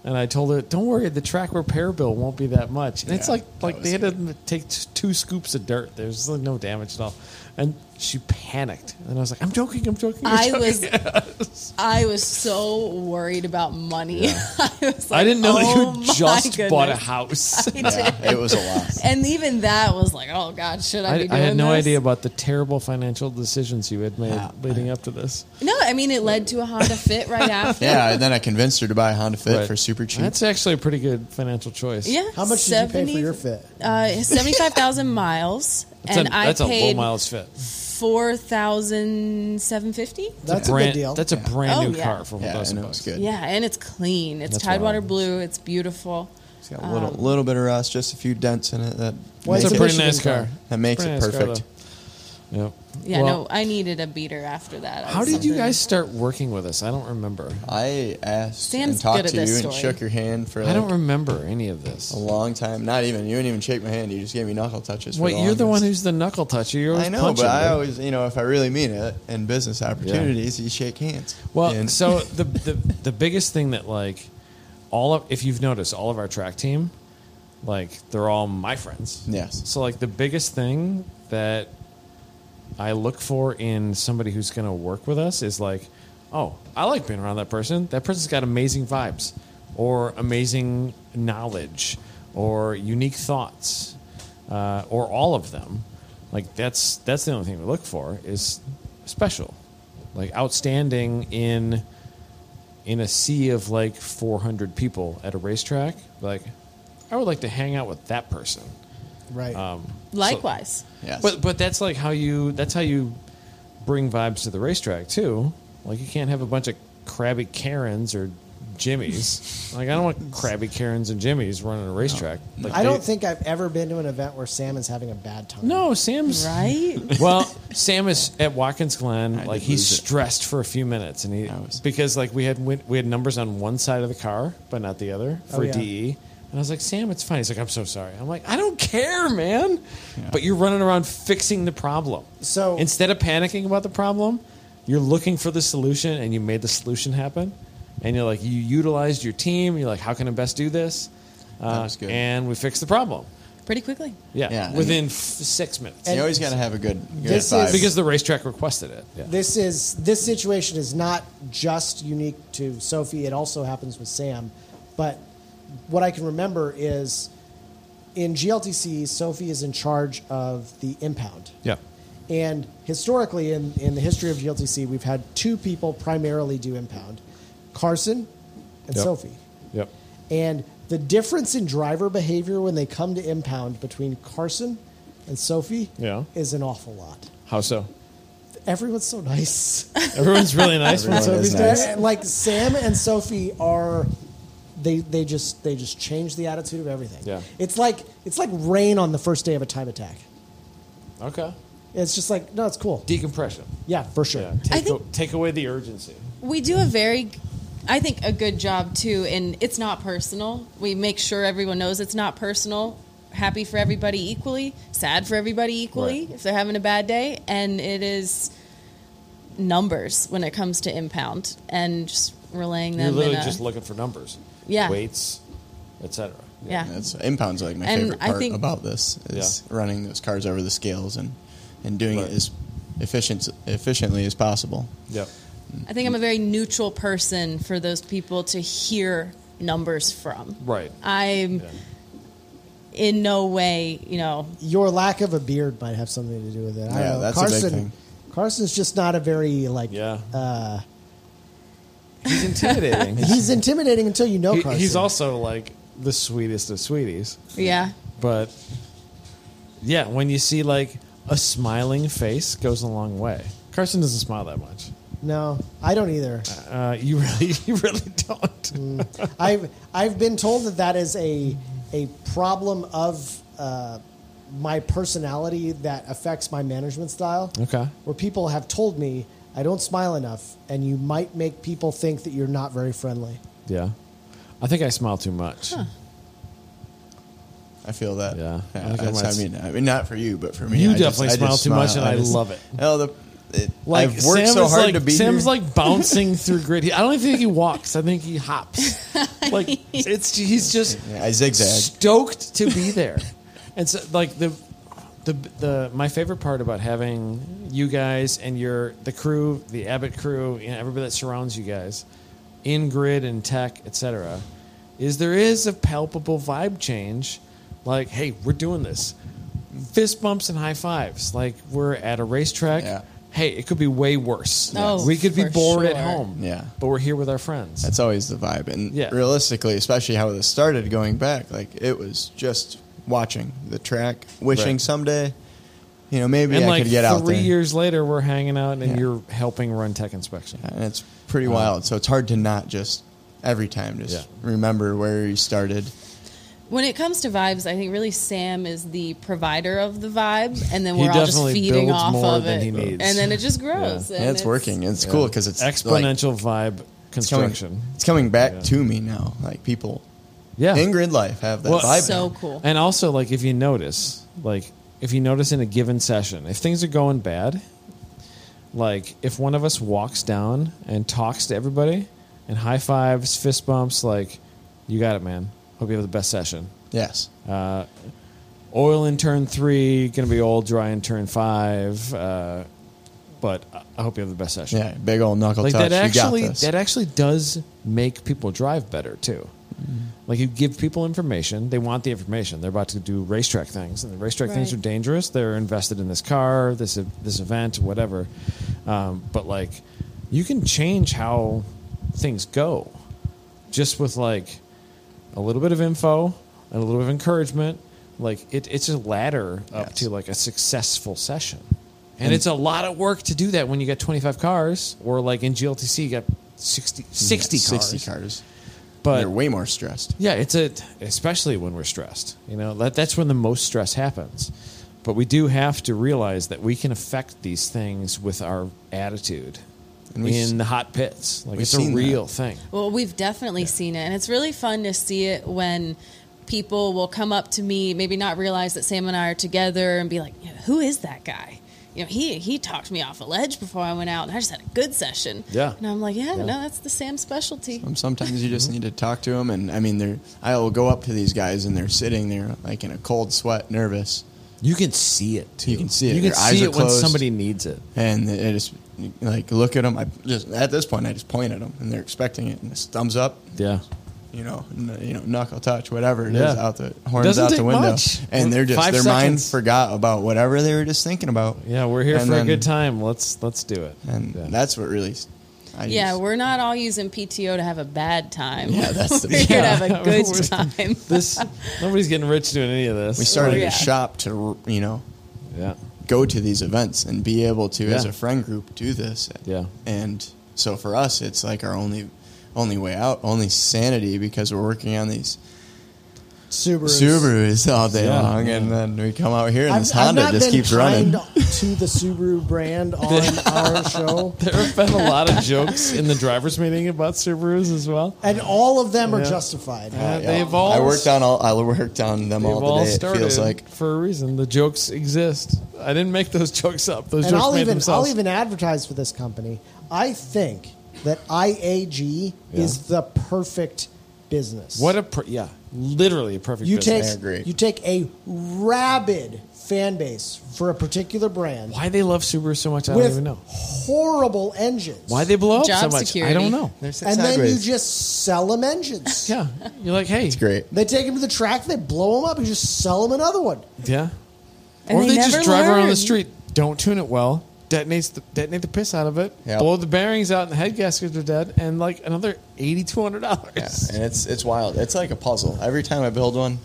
B: And I told her, "Don't worry, the track repair bill won't be that much." And it's
D: Yeah,
B: like,
D: that
B: like
D: was
B: they had to take t- two scoops of dirt. There's like no damage at all. And she panicked, and I was like, "I'm joking, I'm joking." I'm
C: I
B: joking."
C: was, I was so worried about money. I was like,
B: I didn't know
C: oh
B: that
C: my
B: you just bought a
C: goodness."
B: house.
D: Yeah, it was a lot.
C: And even that was like, oh God, should I, be
B: I, I
C: doing
B: had no
C: this?
B: idea about the terrible financial decisions you had made
D: Yeah.
B: leading up to this.
C: No, I mean it led to a Honda Fit right after.
D: Yeah, and then I convinced her to buy a Honda Fit
B: But
D: for super cheap.
B: That's actually a pretty good financial choice.
C: yeah.
A: How much did you pay for your fit?
C: Uh, seventy-five thousand miles,
B: That's,
C: and
B: a,
C: I
B: that's a low
C: paid
B: miles fit.
C: four thousand seven fifty.
A: That's a
B: brand,
A: good deal.
B: That's a brand
C: Oh,
B: new
C: yeah.
B: car for
D: yeah,
B: those
D: and
B: of
D: it was
B: us.
D: good.
C: Yeah, and it's clean. It's
B: That's
C: Tidewater
B: wild.
C: blue. It's beautiful.
D: It's got a little,
C: Um,
D: little bit of rust, just a few dents in it. That
A: Well,
B: It's
D: make
A: It's
B: a
D: it-
B: pretty
A: Michigan
B: nice
A: car.
B: car.
D: That makes
B: Pretty
D: it
B: nice car,
D: perfect.
B: though. Yep.
C: Yeah,
B: Well,
C: no, I needed a beater after that. I
B: How
C: was
B: did you
C: hungry.
B: guys start working with us? I don't remember.
D: I asked
C: Sam's
D: and talked
C: good at
D: to you
C: this
D: and
C: story.
D: shook your hand for like
B: I don't remember any of this.
D: a long time. Not even you didn't even shake my hand. You just gave me knuckle touches. for
B: Wait, you're the one
D: longest.
B: who's the knuckle toucher. You're always
D: I know,
B: punching
D: but I
B: me.
D: always, you know, if I really mean it, in business opportunities, you shake hands.
B: Well,
D: And-
B: so the, the the biggest thing that like all of if you've noticed all of our track team, like they're all my friends.
D: Yes.
B: So like the biggest thing that I look for in somebody who's going to work with us is like, oh, I like being around that person. That person's got amazing vibes, or amazing knowledge, or unique thoughts, uh, or all of them. Like that's that's the only thing we look for is special, like outstanding in in a sea of like 400 people at a racetrack. Like, I would like to hang out with that person.
A: Right.
D: um,
C: Likewise.
D: yes.
B: But but that's like how you that's how you bring vibes to the racetrack too. Like you can't have a bunch of crabby Karens or Jimmies. like I don't want crabby Karens and Jimmies running a racetrack. Like
A: I
B: they-
A: don't think I've ever been to an event where Sam is having a bad time.
B: No, Sam's
C: Right?
B: well, Sam is at Watkins Glen.
D: did
B: like he's
D: lose it.
B: stressed for a few minutes, and he
D: I was-
B: because like we had win- we had numbers on one side of the car, but not the other for
A: Oh, yeah.
B: DE. And I was like, Sam, it's fine. He's like, I'm so sorry. I'm like, I don't care, man. But you're running around fixing the problem.
A: So-
B: instead of panicking about the problem, you're looking for the solution, and you made the solution happen. And you're like, you utilized your team. You're like, how can I best do this? Uh,
D: was good.
B: And we fixed the problem.
C: Pretty quickly.
B: Yeah,
D: Yeah, and-
B: within f- six minutes.
D: you always got to have a good, good
A: This is-
D: vibe.
B: Because the racetrack requested it. Yeah.
A: This is this situation is not just unique to Sophie. It also happens with Sam. But what I can remember is in GLTC, Sophie is in charge of the impound.
B: yeah.
A: And historically, in, in the history of GLTC, we've had two people primarily do impound Carson and
B: Yep.
A: Sophie.
B: Yep.
A: And the difference in driver behavior when they come to impound between Carson and Sophie
B: Yeah.
A: is an awful lot.
B: How so?
A: Everyone's so nice.
B: Everyone's really nice. when
D: Everyone
B: Sophie's
D: is
B: there.
D: nice.
A: And, like Sam and Sophie are they they just they just change the attitude of everything.
B: Yeah.
A: It's like it's like rain on the first day of a time attack.
B: Okay.
A: It's just like no, it's cool.
B: Decompression.
A: Yeah, for sure.
B: Yeah. Take,
C: think-
B: o- take away the urgency.
C: we do a very i think a good job too and it's not personal we make sure everyone knows it's not personal happy for everybody equally sad for everybody equally
B: Right.
C: if they're having a bad day and it is numbers when it comes to impound and just relaying them
B: You're literally
C: in a,
B: just looking for numbers.
C: Yeah.
B: Weights, etc.
C: yeah
D: That's impounds like my
C: And
D: favorite
C: I
D: part
C: think-
D: about this is running those cars over the scales and and doing
B: Right.
D: it as efficient efficiently as possible.
B: Yep.
C: i think i'm a very neutral person for those people to hear numbers from
B: Right.
C: i'm
B: Yeah.
C: in no way you know
A: Your lack of a beard might have something to do with it. I
D: Yeah,
A: don't know.
D: that's a big
A: Carson
D: thing.
A: Carson's just not a very like
B: Yeah.
A: uh,
B: He's intimidating.
A: he's intimidating until you know
B: He-
A: Carson.
B: he's also like the sweetest of sweeties.
C: yeah
B: But yeah, when you see like a smiling face goes a long way. Carson doesn't smile that much.
A: No, I don't either.
B: Uh, you really, you really don't.
A: I've I've been told that that is a a problem of uh, my personality that affects my management style.
B: Okay.
A: where people have told me I don't smile enough, and you might make people think that you're not very friendly.
B: Yeah. I think I smile too much.
D: I feel that.
B: Yeah. I
D: I,
B: think I
D: that's-
B: might-
D: I mean, I mean, not for you, but for me.
B: You
D: I just-
B: definitely
D: I just
B: smile too
D: smile.
B: much, and I
D: just-
B: love it.
D: Hell, the, it
B: Like
D: I've worked
B: Sam
D: so
B: is
D: hard
B: like,
D: to be
B: Sam's
D: here.
B: like bouncing through grid. He- I don't even think he walks. I think he hops. Like it's he's just
D: Yeah, I zigzag.
B: stoked to be there. and so like the the the my favorite part about having you guys and your the crew, the Abbott crew, and everybody that surrounds you guys in grid and tech, etc., is there is a palpable vibe change. Like, hey, we're doing this. Fist bumps and high fives. Like we're at a racetrack.
D: Yeah.
B: Hey, it could be way worse.
C: Oh,
B: we could be
C: for
B: bored at
C: sure.
B: home.
D: Yeah.
B: But we're here with our friends.
D: That's always the vibe. And
B: Yeah.
D: realistically, especially how this started going back, like it was just watching the track, wishing
B: Right.
D: someday, you know, maybe
B: and
D: I
B: like
D: could get out
B: three
D: there.
B: years later, we're hanging out and
D: Yeah.
B: you're helping run tech inspection.
D: And it's pretty wild. So it's hard to not just every time just
B: Uh-huh. Yeah.
D: remember where you started.
C: When it comes to vibes, I think really Sam is the provider of the vibe, and then
B: He
C: we're all just
B: definitely
C: feeding
B: builds
C: off
B: more
C: of
B: than
C: it,
B: he needs.
C: and then it just grows.
B: Yeah.
D: And, it's, working. It's cool 'cause cool because it's Like,
B: Exponential vibe
D: it's coming,
B: construction.
D: it's coming back
B: Yeah.
D: to me now. Like people
B: Yeah.
D: in grid life have that
B: Well,
D: vibe.
C: So
D: now.
C: cool.
B: And also, like, if you notice, like, if you notice in a given session, if things are going bad, like, if one of us walks down and talks to everybody and high fives, fist bumps, like, you got it, man. Hope you have the best session.
D: Yes.
B: Oil in turn three, gonna be oil dry in turn five. Uh, but I- I hope you have the best session.
D: yeah. Big old knuckle
B: like
D: touch.
B: that actually
D: you got this.
B: that actually does make people drive better too
D: Mm-hmm.
B: like you give people information they want the information they're about to do racetrack things and the racetrack things are
C: Right.
B: dangerous they're invested in this car this this event whatever um, but like you can change how things go just with like a little bit of info and a little bit of encouragement like it, it's a ladder up
D: Yes.
B: to like a successful session and, it's a lot of work to do that when you got 25 cars or like in gltc you got 60, 60
D: Yeah,
B: cars
D: 60 cars.
B: but
D: They're way more stressed.
B: yeah it's a especially when we're stressed you know that, that's when the most stress happens but we do have to realize that we can affect these things with our attitude
D: And we've
B: in
D: s-
B: the hot pits like
D: we've
B: it's a
D: seen that.
B: real thing
C: Well, we've definitely seen it, and it's really fun to see it when people will come up to me, maybe not realize that Sam and I are together, and be like, you know, "Who is that guy?" You know, he he talked me off a ledge before I went out, and I just had a good session.
B: Yeah.
C: and I'm like, "Yeah,
B: Yeah.
C: no, that's the Sam specialty."
D: Um, Sometimes you just
B: Mm-hmm.
D: need to talk to them, and I mean, they're. I will go up to these guys, and they're sitting there like in a cold sweat, nervous,
B: You can see it too.
D: You can see it.
B: You can
D: Their eyes
B: see
D: are
B: it when
D: closed.
B: somebody needs it.
D: and I just like look at them. I just at this point, I just point at them, and they're expecting it, and it's thumbs up,
B: Yeah.
D: you know, n- you know, knuckle touch, whatever it is,
B: Yeah.
D: out the horns
B: Doesn't
D: out
B: take
D: the window,
B: much.
D: and they're just
B: Five
D: their mind
B: seconds.
D: forgot about whatever they were just thinking about.
B: Yeah, we're here
D: And
B: for
D: then-
B: a good time. Let's let's do it.
D: and
B: yeah.
D: that's what really. s- I
C: Yeah,
D: just-
C: we're not all using PTO to have a bad time.
D: Yeah, that's the-
C: we're here to
B: Yeah.
C: have a good
B: We're-
C: time.
B: this nobody's getting rich doing any of this.
D: we started
C: Yeah.
D: a shop to you know
B: Yeah.
D: go to these events and be able to as
B: Yeah.
D: a friend group do this
B: Yeah.
D: and so for us it's like our only only way out only sanity because we're working on these
A: Subarus.
D: subarus all day
B: Yeah.
D: long and
B: Yeah.
D: then we come out here and
A: I've-
D: this
A: I've
D: honda
A: not
D: just
A: been
D: keeps running
A: kind to the Subaru brand on our show,
B: There have been a lot of jokes in the drivers' meeting about Subarus as well.
A: and all of them are
B: Yeah.
A: justified.
B: Uh,
D: Yeah.
B: They've all
D: i worked on all i worked on them
B: They've
D: all
B: all,
D: the day
B: started
D: it feels like
B: for a reason. The jokes exist. I didn't make those jokes up. Those
A: and
B: jokes
A: I'll
B: made
A: even
B: themselves.
A: I'll even advertise for this company. I think that IAG is the perfect business.
B: what a per- yeah, literally a perfect.
A: you
B: business.
A: take
D: I agree.
A: you take a rabid fan base for a particular brand
B: why they love Subaru so much. I don't
A: with
B: even know
A: horrible engines.
B: why they blow up so
C: Job
B: much. I
C: security.
B: don't know.
D: they're sitting
A: and then you
D: sideways.
A: just sell them engines.
B: Yeah, you're like, hey,
D: it's great
A: They take them to the track, they blow them up, you just sell them another one.
B: Yeah.
C: And
B: or
C: they
B: they, just
C: never
B: drive around the
C: learn.
B: street, don't tune it well, detonates the, detonate the piss out of it,
D: Yeah.
B: blow the bearings out, and the head gaskets are dead, and like another eighty two hundred
D: Yeah,
B: dollars.
D: and it's it's wild. It's like a puzzle. Every time I build one,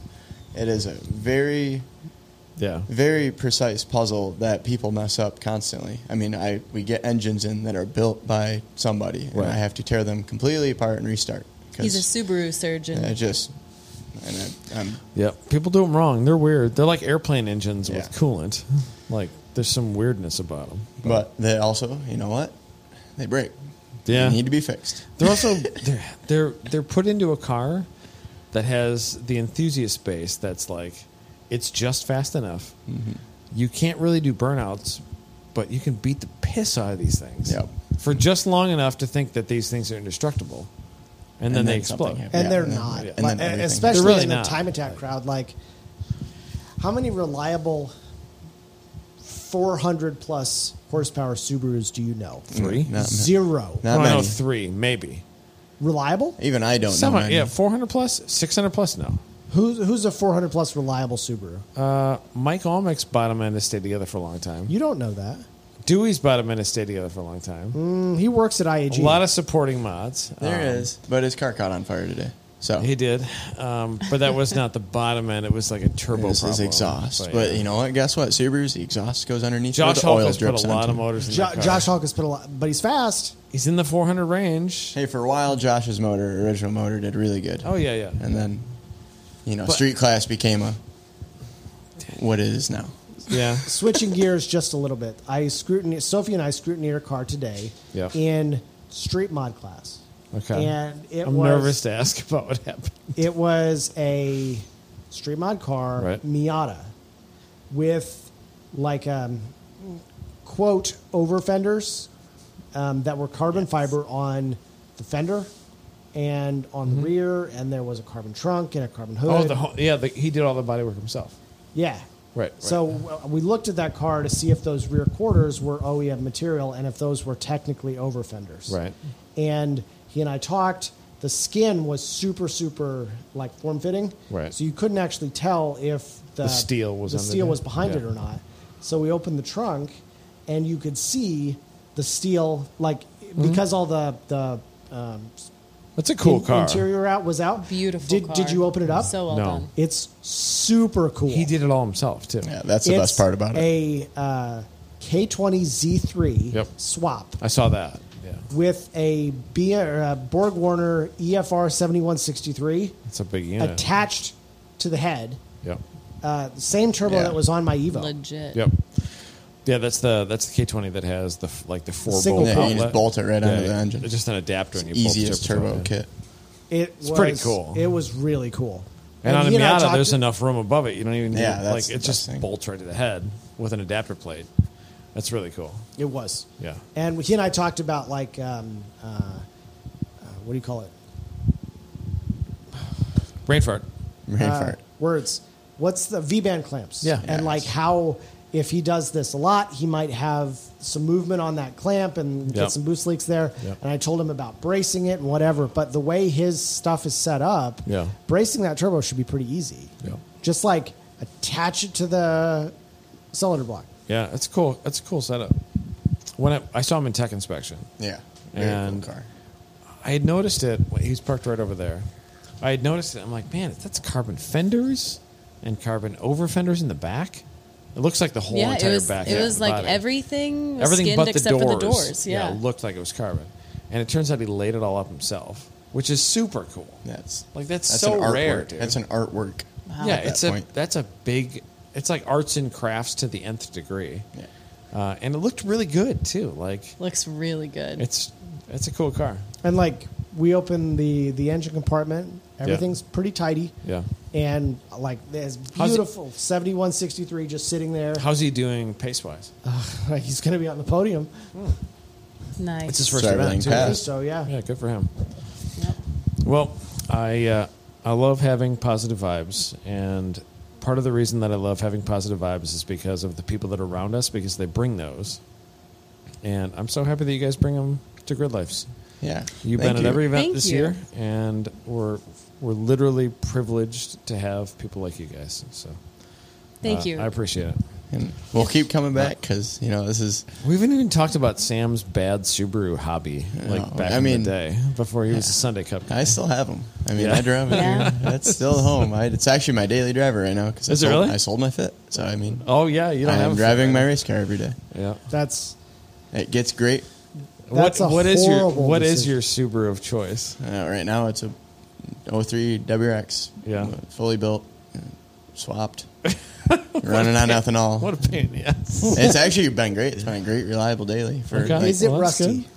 D: it is a very
B: Yeah.
D: very precise puzzle that people mess up constantly. I mean, I we get engines in that are built by somebody, and
B: Right.
D: I have to tear them completely apart and restart. 'cause
C: He's a Subaru surgeon.
D: I just and I, I'm
B: Yep. People do them wrong. They're weird. They're like airplane engines
D: Yeah.
B: with coolant. Like there's some weirdness about them.
D: but they also you know what they break.
B: Yeah.
D: They need to be fixed.
B: They're also they're they're they're put into a car that has the enthusiast space that's like it's just fast enough.
D: Mm-hmm.
B: You can't really do burnouts, but you can beat the piss out of these things
D: Yep.
B: for just long enough to think that these things are indestructible, and, then,
D: And
B: they
D: then something
B: explode.
D: happens.
A: and
D: Yeah,
A: they're
D: and then-
A: not.
D: yeah.
A: Like,
D: And then everything-
A: especially
B: They're really
A: in the
B: not.
A: time attack crowd. Like, how many reliable 400 plus horsepower Subarus do you know?
B: Three,
D: Not,
A: Zero.
D: Not
B: Well, I know
D: many.
B: three, maybe.
A: Reliable?
D: Even I don't
B: Some,
D: know. Um, many.
B: yeah, four hundred plus, six hundred plus. No,
A: Who's who's a 400 plus reliable Subaru?
B: uh, Mike Olmick's bottom end has stayed together for a long time.
A: you don't know that.
B: Dewey's bottom end has stayed together for a long time.
A: Mm, He works at
B: A
A: IAG.
B: lot of supporting mods.
D: There
B: Um,
D: is, but his car caught on fire today. So
B: He did, um, but that was not the bottom end. It was like a turbo.
D: this is
B: problem.
D: exhaust. But, you know what? Guess what? Subarus, the exhaust goes underneath.
B: Josh
D: the
B: Hulk
D: oil
B: has put
D: drips
B: a lot
D: onto
B: of
D: it.
B: motors. In
A: Jo-
B: that car.
A: Josh Hawk has put a lot, but he's fast.
B: he's in the 400 range.
D: Hey, for a while, Josh's motor, original motor, did really good.
B: Oh yeah, yeah.
D: And then, you know,
B: But-
D: street class became a what it is now.
B: yeah.
A: switching gears just a little bit. I scrutiny Sophie and I scrutineered a car today
B: Yep.
A: in street mod class.
B: Okay.
A: And it
B: I'm
A: was
B: nervous to ask about what happened.
A: it was a street mod car
B: Right.
A: Miata with like um, quote over fenders um, that were carbon fiber on the fender and on the rear and there was a carbon trunk and a carbon hood.
B: Mm-hmm. Oh, the whole, yeah. The, he did all the bodywork himself.
A: Yeah.
B: Right, right.
A: So w- we looked at that car to see if those rear quarters were OEM material and if those were technically over fenders.
B: Right.
A: And he and I talked. The skin was super, super like form fitting.
B: Right.
A: So you couldn't actually tell if the,
B: The steel was
A: the
B: under
A: steel
B: there.
A: was behind it
B: Yeah.
A: or not. So we opened the trunk, and you could see the steel like because all the the um,
B: That's a Mm-hmm. cool
A: in-
B: car.
A: interior out was out.
C: Beautiful.
A: Did
C: car.
A: did you open it up?
C: So well
B: No.
C: done.
A: it's super cool.
B: He did it all himself too.
D: Yeah, that's the
A: It's
D: best part about it.
A: A uh, K20Z3
B: Yep.
A: swap
B: I saw that. Yeah.
A: with a, B- uh, E or a Borg Warner EFR 7163
B: That's a big unit.
A: attached to the head.
B: Yep.
A: Uh, same turbo
D: Yeah.
A: that was on my Evo.
C: Legit.
B: Yep. Yeah, that's the that's the K20 that has the f- like the four
A: Single
B: bolt
A: Yeah, you
B: outlet.
D: just bolt it right onto the engine.
B: It's just an adapter and you bolt
D: Easiest
B: the
D: turbo
B: in.
D: kit.
A: It was
B: pretty cool.
A: It was really cool.
B: And, on a
A: he I
B: Miata,
A: talked-
B: there's enough room above it. You don't even need
D: Yeah, that's
B: like
D: the
B: it
D: best
B: just
D: thing.
B: bolts right to the head with an adapter plate. That's really cool.
A: It was.
B: Yeah.
A: And he and I talked about like, um, uh, uh, what do you call it?
B: Brain fart.
D: Brain
A: uh,
D: fart.
A: words. What's the V band clamps?
B: Yeah.
A: and
D: Yeah.
A: like how if he does this a lot, he might have some movement on that clamp and
B: Yep.
A: get some boost leaks there.
B: Yep.
A: And I told him about bracing it and whatever. But the way his stuff is set up,
B: Yeah.
A: bracing that turbo should be pretty easy.
B: Yeah.
A: Just like attach it to the cylinder block.
B: Yeah, that's cool. That's a cool setup. When I, I saw him in tech inspection,
D: Yeah. Very
B: and-
D: cool car.
B: I had noticed it. Wait, He was parked right over there. I had noticed it. I'm like, man, that's carbon fenders and carbon over fenders in the back. It looks like the whole
C: Yeah,
B: entire
C: it was,
B: back.
C: it
B: half
C: was
B: of the
C: like
B: body.
C: everything was
B: everything
C: skinned
B: but the
C: except
B: doors.
C: for the doors. Yeah.
B: it looked like it was carbon, and it turns out he laid it all up himself, which is super cool.
D: That's
B: Like, that's so
D: an
B: rare,
D: artwork.
B: dude.
D: That's an artwork.
B: yeah,
D: at
B: it's
D: that
B: a
D: point.
B: that's a big. It's like arts and crafts to the nth degree,
D: Yeah.
B: uh, and it looked really good too. Like
C: Looks really good.
B: it's it's a cool car.
A: And like we open the the engine compartment, everything's pretty tidy.
B: Yeah.
A: And like there's
B: How's it-
A: beautiful 7163 just sitting there.
B: How's he doing pace wise?
D: Uh,
A: He's going to be on the podium.
C: nice.
B: It's his first
D: So
B: event.
D: everything
B: Too.
D: passed.
A: So yeah.
B: Yeah, good for him.
C: Yep.
B: Well, I uh, I love having positive vibes, and part of the reason that I love having positive vibes is because of the people that are around us because they bring those, and I'm so happy that you guys bring them to Grid Lifes.
D: Yeah.
B: You've
D: Thank
B: been at every event
C: Thank
B: this
C: you.
B: year, and we're we're literally privileged to have people like you guys. So
C: Thank
B: uh,
C: you.
B: I appreciate it.
D: And we'll keep coming back because you know this is
B: We haven't even talked about Sam's bad Subaru hobby, like
D: No,
B: back
D: I
B: in
D: mean-
B: the day before he was a Sunday Cup. guy.
D: I still have them. I mean,
B: Yeah.
D: I drive it.
C: Yeah.
D: That's still home. I, it's actually my daily driver right now because I,
B: Is it
D: sold-
B: really?
D: I sold my Fit. So I mean,
B: Oh yeah, you don't have
D: I'm
B: a
D: driving my
B: Ferrari.
D: race car every day.
B: yeah.
A: That's
D: It gets great.
A: That's a
B: what is your
A: horrible
B: what is
A: decision.
B: your Subaru of choice?
D: Uh, right now, it's a 03 WRX.
B: Yeah.
D: fully built, uh, swapped, running on ethanol.
B: What a pain in the ass.
D: It's actually been great. It's been a great, reliable daily for
B: Okay.
D: like,
A: is it
B: Well, that's
A: rusty?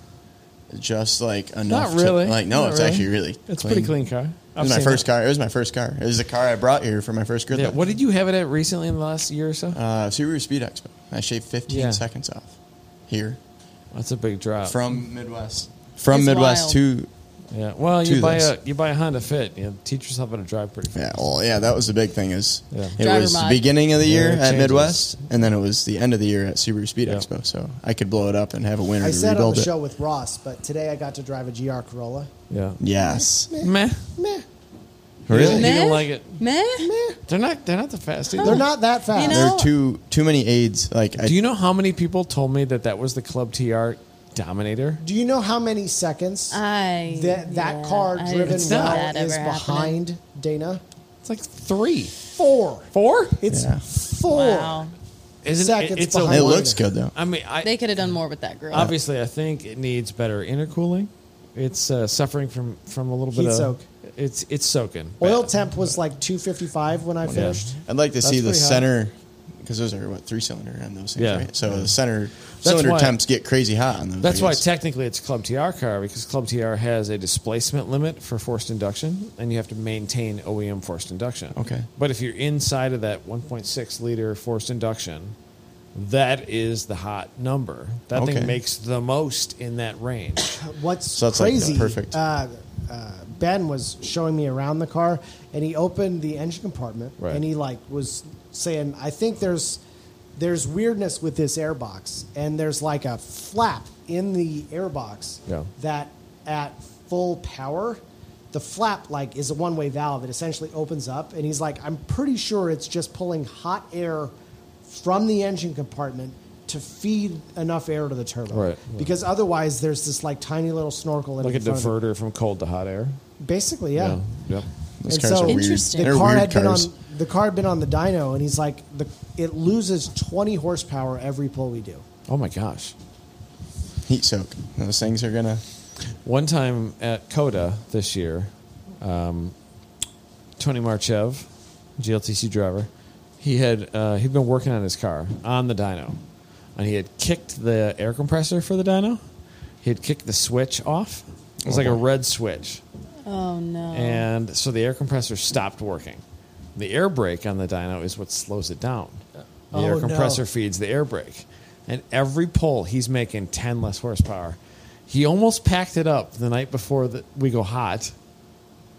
B: good.
D: just like enough. to-
B: really.
D: like no,
B: Not
D: it's
B: really.
D: actually really.
B: It's pretty clean car.
D: It was my first car. It was my first car. It was the car I brought here for my first grid.
B: Yeah.
D: lift.
B: What did you have it at recently in the last year or so?
D: Uh, Subaru Speed Expo. I shaved 15
B: Yeah.
D: seconds off here
B: That's a big drop.
D: from Midwest. From
C: It's
D: Midwest to
B: yeah. Well, you
D: to
B: buy
D: this.
B: a you buy a Honda Fit. You teach yourself how to drive pretty fast.
D: yeah, well, yeah. That was the big thing is
B: Yeah.
D: it
C: Driver
D: was
C: mod.
D: the beginning of the
B: Yeah,
D: year
B: it
D: at
B: changes.
D: Midwest, and then it was the end of the year at Subaru Speed
B: Yeah.
D: Expo. So I could blow it up and have a winner
A: I
D: to
A: sat on
D: rebuild
A: the
D: it.
A: show with Ross, but today I got to drive a GR Corolla.
B: Yeah.
D: Yes,
B: Meh.
A: Meh.
B: You
D: really.
B: didn't
C: Meh?
B: like it.
C: Meh?
B: They're not. They're not the fastest.
A: They're not that fast.
C: You know-
D: There are too too many aids. Like I,
B: Do you know how many people told me that that was the Club TR Dominator?
A: Do you know how many seconds
C: I
A: that that
C: yeah,
A: car
C: I
A: driven
C: didn't see
B: not.
A: well
C: that
A: is
C: ever happening.
A: behind Dana?
B: It's like three,
A: Four.
B: four.
A: It's
D: Yeah.
A: four.
C: Wow,
B: Isn't
A: Seconds
B: it's a-
A: behind.
D: it looks good though.
B: I mean, I,
C: they could have done more with that grill.
B: obviously I think it needs better intercooling. It's uh, suffering from from a little bit
A: Heat
B: of
A: soak.
B: It's it's soaking.
A: Oil
B: bad.
A: temp was like 255 when I finished.
D: I'd like to see the
B: pretty high.
D: center because those are what three cylinder and those things,
B: Yeah.
D: right? So the center cylinder
B: why-
D: temps get crazy hot on those. I
B: That's why
D: guess.
B: technically it's a Club TR car because Club TR has a displacement limit for forced induction, and you have to maintain OEM forced induction.
D: Okay.
B: But if you're inside of that 1.6 liter forced induction, that is the hot number. That
D: Okay.
B: thing makes the most in that range.
A: What's
D: So that's, like,
A: crazy?
D: perfect.
A: Uh, uh, ben was showing me around the car, and he opened the engine compartment,
B: Right.
A: and he like was saying, "I think there's there's weirdness with this airbox, and there's like a flap in the airbox
B: Yeah.
A: that at full power." The flap like is a one-way valve. It essentially opens up, and he's like, "I'm pretty sure it's just pulling hot air from the engine compartment to feed enough air to the turbo."
B: Right.
A: Because otherwise, there's this like tiny little snorkel in
B: like a
A: front of it.
B: diverter from cold to hot air.
A: Basically, yeah.
B: Yeah.
D: Those
A: And
D: cars
A: so-
D: are weird.
C: Interesting.
A: The
D: They're
A: car
D: weird
A: had been on
D: cars.
A: the car had been on the dyno, and he's like, the, it loses 20 horsepower every pull we do.
B: Oh my gosh.
D: heat soak. Those things are gonna.
B: One time at Coda this year, um, Tony Marchev, GLTC driver, he had uh, he'd been working on his car on the dyno, and he had kicked the air compressor for the dyno. He had kicked the switch off. It was like a red switch,
C: Oh no.
B: and so the air compressor stopped working. The air brake on the dyno is what slows it down. The air
A: Oh, no.
B: compressor feeds the air brake. And every pull, he's making 10 less horsepower. He almost packed it up the night before the, we go hot,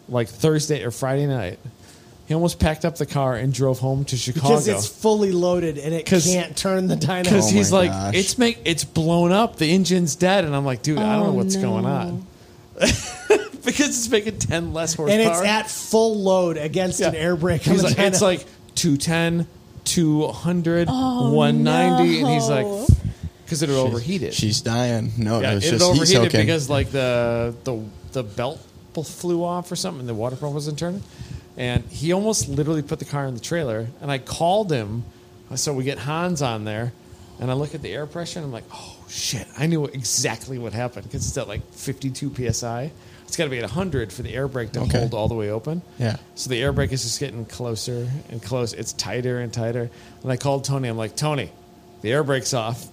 B: like Thursday or Friday night. He almost packed up the car and drove home to Chicago.
A: Because it's fully loaded and it
B: 'Cause-
A: can't turn the dyno.
B: Because
D: Oh
B: he's
D: my
B: like,
D: gosh.
B: it's make it's blown up. The engine's dead, and I'm like, dude, I don't know
C: Oh,
B: what's going
C: no.
B: on. because it's making ten less horsepower,
A: and it's at full load against an air brake on
B: He's
A: the
B: like,
A: dyno.
B: it's like 210, 200, 190, and he's
C: Oh, no.
B: like, because it had overheated.
D: She's dying. No,
B: yeah,
D: it was
B: it had
D: just heat
B: overheated
D: soaking.
B: because like the the the belt bl- flew off or something. The water pump wasn't turning, and he almost literally put the car in the trailer. And I called him, so we get Hans on there, and I look at the air pressure, and I'm like, oh shit! I knew exactly what happened because it's at like 52 psi. It's got to be at 100 for the air brake to
D: Okay.
B: hold all the way open.
D: Yeah.
B: So the air brake is just getting closer and closer. It's tighter and tighter. And I called Tony. I'm like, Tony, the air brake's off.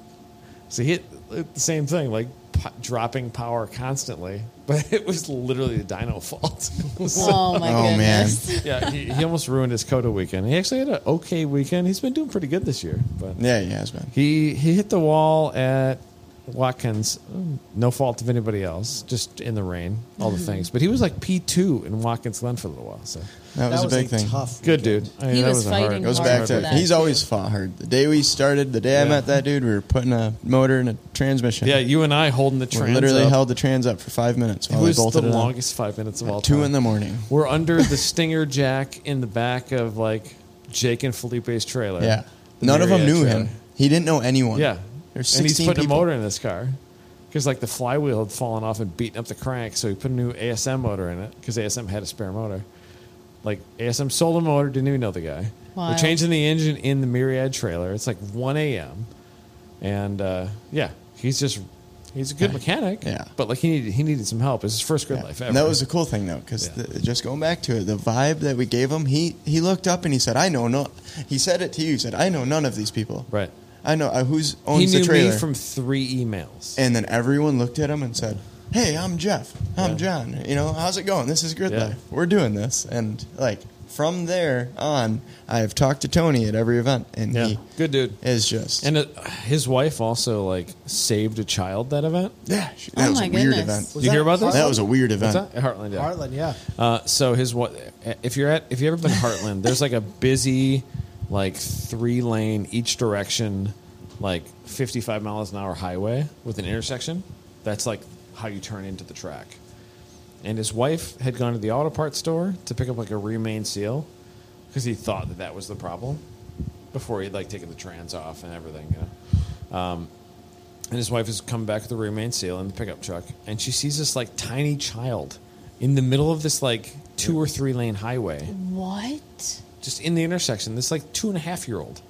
B: So he hit the same thing, like po- dropping power constantly. But it was literally the dyno fault. So,
C: oh my
D: Oh, man.
C: goodness.
B: yeah, he, he almost ruined his Coda weekend. He actually had an okay weekend. He's been doing pretty good this year. But
D: yeah, yeah, it's been.
B: he he hit the wall at Watkins, no fault of anybody else, just in the rain, all the things. But he was like P two in Watkins Glen for a little while. So
D: That was
A: that
D: a big thing.
A: tough.
B: good dude. I mean,
C: He
B: that
C: was
B: a
C: fighting
D: Goes
C: Hard
D: back
C: for
D: to
C: that.
D: he's always fought hard. The day we started, the day I
B: Yeah.
D: met that dude, we were putting a motor in a transmission.
B: Yeah, you and I holding the
D: we
B: trans.
D: literally
B: up.
D: held the trans up for five minutes
B: It
D: while we
B: was the
D: bolted it on.
B: longest five minutes of all time.
D: Two in the morning.
B: We're under the stinger jack in the back of like Jake and Felipe's trailer.
D: Yeah,
B: The
D: none of them
B: Marriott
D: knew
B: trailer.
D: him. He didn't know anyone.
B: Yeah,
D: there's
B: and he's
D: 16
B: putting
D: people.
B: a motor in this car because like the flywheel had fallen off and beaten up the crank, so he put a new ASM motor in it because ASM had a spare motor. Like ASM sold the motor, didn't even know the guy. We're
C: Wild.
B: changing the engine in the Myriad trailer. It's like 1 a.m. and uh, yeah, he's just he's a good mechanic.
D: Yeah.
B: but like he needed he needed some help. It's his first good
D: Yeah.
B: life ever.
D: And that was the cool thing though, because
B: Yeah.
D: just going back to it, the vibe that we gave him, he he looked up and he said, "I know no." He said it to you. He said, "I know none of these people.
B: right.
D: I know uh, who's
B: He
D: owns
B: knew
D: the trailer."
B: me from three emails.
D: and then everyone looked at him and said, hey, I'm Jeff. I'm
B: Yeah.
D: John. You know, how's it going? This is Grid
B: Yeah.
D: Life. We're doing this. And like from there on, I've talked to Tony at every event, and
B: Yeah.
D: he
B: Good dude.
D: is just
B: And uh, his wife also like saved a child that event.
D: yeah. she-
C: Oh
D: That was
C: my
D: a weird
C: goodness.
D: event.
B: Did you hear about this?
D: That was a weird event.
B: What's that? Heartland. Yeah.
A: Heartland, yeah.
B: Uh, so his what? If you're at, if you ever been to Heartland, there's like a busy, like three lane each direction, like 55 miles an hour highway with an intersection. That's like how you turn into the track. And his wife had gone to the auto parts store to pick up like a remain seal because he thought that that was the problem before he'd like taken the trans off and everything. You know? and his wife is coming back with the rear main seal in the pickup truck, and she sees this like tiny child in the middle of this like two or three lane highway,
C: What?
B: just in the intersection. This like two and a half year old,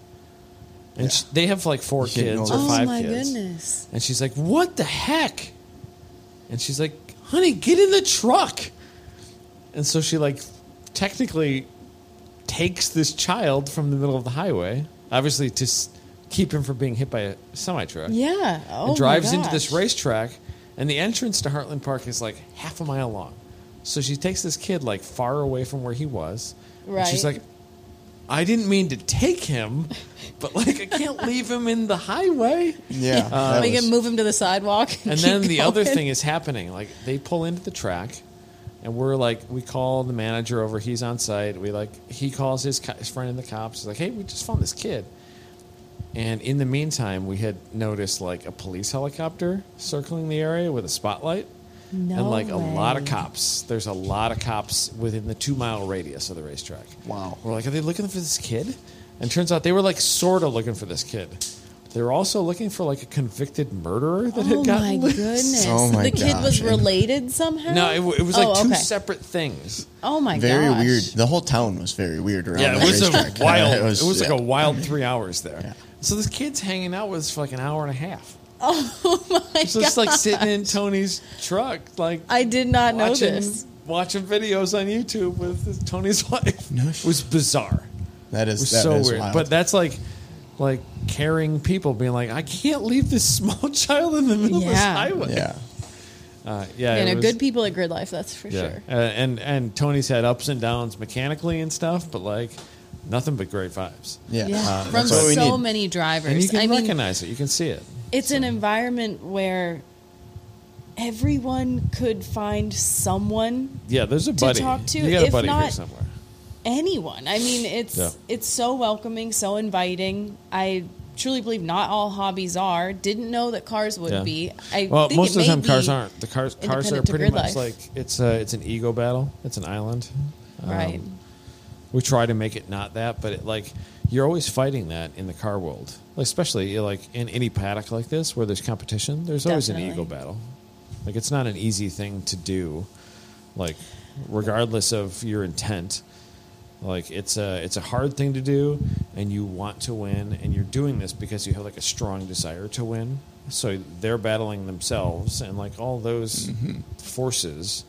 B: and she, they have like four
D: She's getting
B: kids or
D: older.
C: Oh
B: five
C: my
B: kids.
C: goodness.
B: And she's like, "What the heck?" And she's like, "Honey, get in the truck." And so she like technically takes this child from the middle of the highway, obviously to s- keep him from being hit by a semi truck
C: Yeah. Oh my
B: and drives into this
C: gosh.
B: racetrack. And the entrance to Heartland Park is like half a mile long. So she takes this kid like far away from where he was. And she's
C: Right.
B: like, I didn't mean to take him, but like I can't leave him in the highway.
D: Yeah. that
C: we
D: was-
C: can move him to the sidewalk. And,
B: uh, And then
C: keep
B: the other
C: going.
B: thing is happening. Like they pull into the track, and we're like, we call the manager over. He's on site. We like he calls his, co- his friend and the cops. He's like, hey, we just found this kid. And in the meantime, we had noticed like a police helicopter circling the area with a spotlight,
C: No
B: and like a lot of
C: way.
B: cops. There's a lot of cops within the two mile radius of the racetrack.
D: Wow.
B: We're like, are they looking for this kid? And turns out they were like sort of looking for this kid. They were also looking for like a convicted murderer that
C: Oh
B: had gotten
C: my
B: loose.
C: goodness!
D: Oh my
C: the kid was
D: gosh.
C: related somehow.
B: No, it, w- it was like
C: oh,
B: two
C: okay.
B: separate things.
C: Oh my
D: very
C: gosh!
D: weird. The whole town was very weird around.
B: Yeah,
D: that
B: it was
D: racetrack.
B: a wild.
D: It was, yeah.
B: like a wild three hours there.
D: Yeah.
B: So this kid's hanging out with us for like an hour and a half.
C: Oh my
B: So
C: gosh!
B: it's like sitting in Tony's truck, like
C: I did not know
B: watching
C: this.
B: watching videos on YouTube with his- Tony's wife.
D: No
B: it was bizarre.
D: That
B: It
D: is
B: was
D: that
B: so
D: is
B: weird.
D: wild.
B: But that's like like caring people being like, I can't leave this small child in the middle of this
C: Yeah.
B: highway.
D: yeah.
B: uh, yeah.
C: You
B: it
C: know,
B: was-
C: good people at Grid Life. That's for sure.
B: Uh, and and Tony's had ups and downs mechanically and stuff, but like nothing but great vibes.
D: Yeah. Uh,
C: Yeah, from
D: that's what we
C: so
D: need.
C: many drivers.
B: And you can
C: I mean,
B: recognize it. You can see it.
C: it's an environment where everyone could find someone,
B: Yeah, there's a buddy.
C: talk to,
B: you got a
C: if
B: buddy here
C: not-
B: somewhere.
C: anyone. I mean, it's
B: Yeah.
C: it's so welcoming, so inviting. I truly believe not all hobbies are. Didn't know that cars would
B: Yeah.
C: be. I
B: well,
C: think
B: most
C: it
B: of the
C: may
B: time
C: be.
B: cars aren't. The cars cars are
C: independent to
B: pretty
C: grid
B: much
C: life.
B: like it's a it's an ego battle. It's an island. Um,
C: Right.
B: we try to make it not that, but it, like you're always fighting that in the car world, like, especially you know, like in any paddock like this where there's competition. There's always an
C: Definitely.
B: ego battle. Like it's not an easy thing to do, like regardless of your intent. Like it's a it's a hard thing to do, and you want to win, and you're doing this because you have like a strong desire to win. So they're battling themselves, and like all those
D: Mm-hmm.
B: forces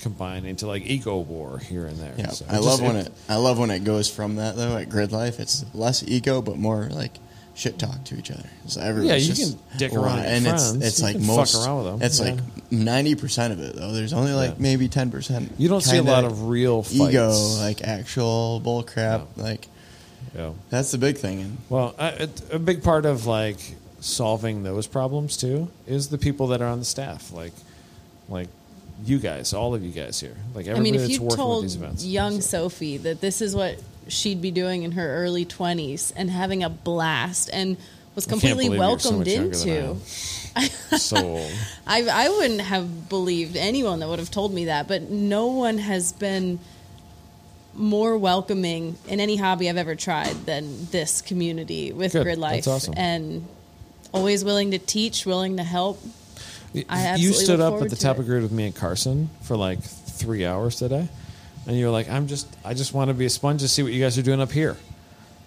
B: combine into like ego war here and there.
D: Yeah,
B: So
D: I
B: just-
D: love when it, I love when it goes from that though at grid life. It's less ego, but more like shit talk to each other. So everyone's
B: Yeah, you
D: just
B: can dick around with your
D: and it's
B: friends.
D: it's
B: You
D: like
B: can fuck
D: most
B: around with them.
D: It's like ninety percent of it though. There's only like
B: Yeah.
D: maybe ten percent.
B: You don't see a lot of real fights.
D: ego, like actual bull crap. Like
B: Yeah.
D: that's the big thing. And
B: Well, I, it- a big part of like solving those problems too is the people that are on the staff, like like you guys, all of you guys here, like
C: I
B: everybody
C: mean, if
B: that's
C: you
B: working with
C: told
B: these events.
C: young
B: So-
C: Sophie that this is what she'd be doing in her early 20s and having a blast and was
B: can't
C: completely
B: believe you're so
C: welcomed
B: much younger than I
C: into,
B: am. so old.
C: I, I wouldn't have believed anyone that would have told me that, but no one has been more welcoming in any hobby I've ever tried than this community with
B: Good.
C: Grid Life
B: That's awesome.
C: and always willing to teach, willing to help. absolutely
B: you stood
C: look
B: up at
C: forward
B: the
C: to
B: top
C: it.
B: of grid with me and Carson for like three hours today, and you were like, "I'm just, I just want to be a sponge to see what you guys are doing up here,"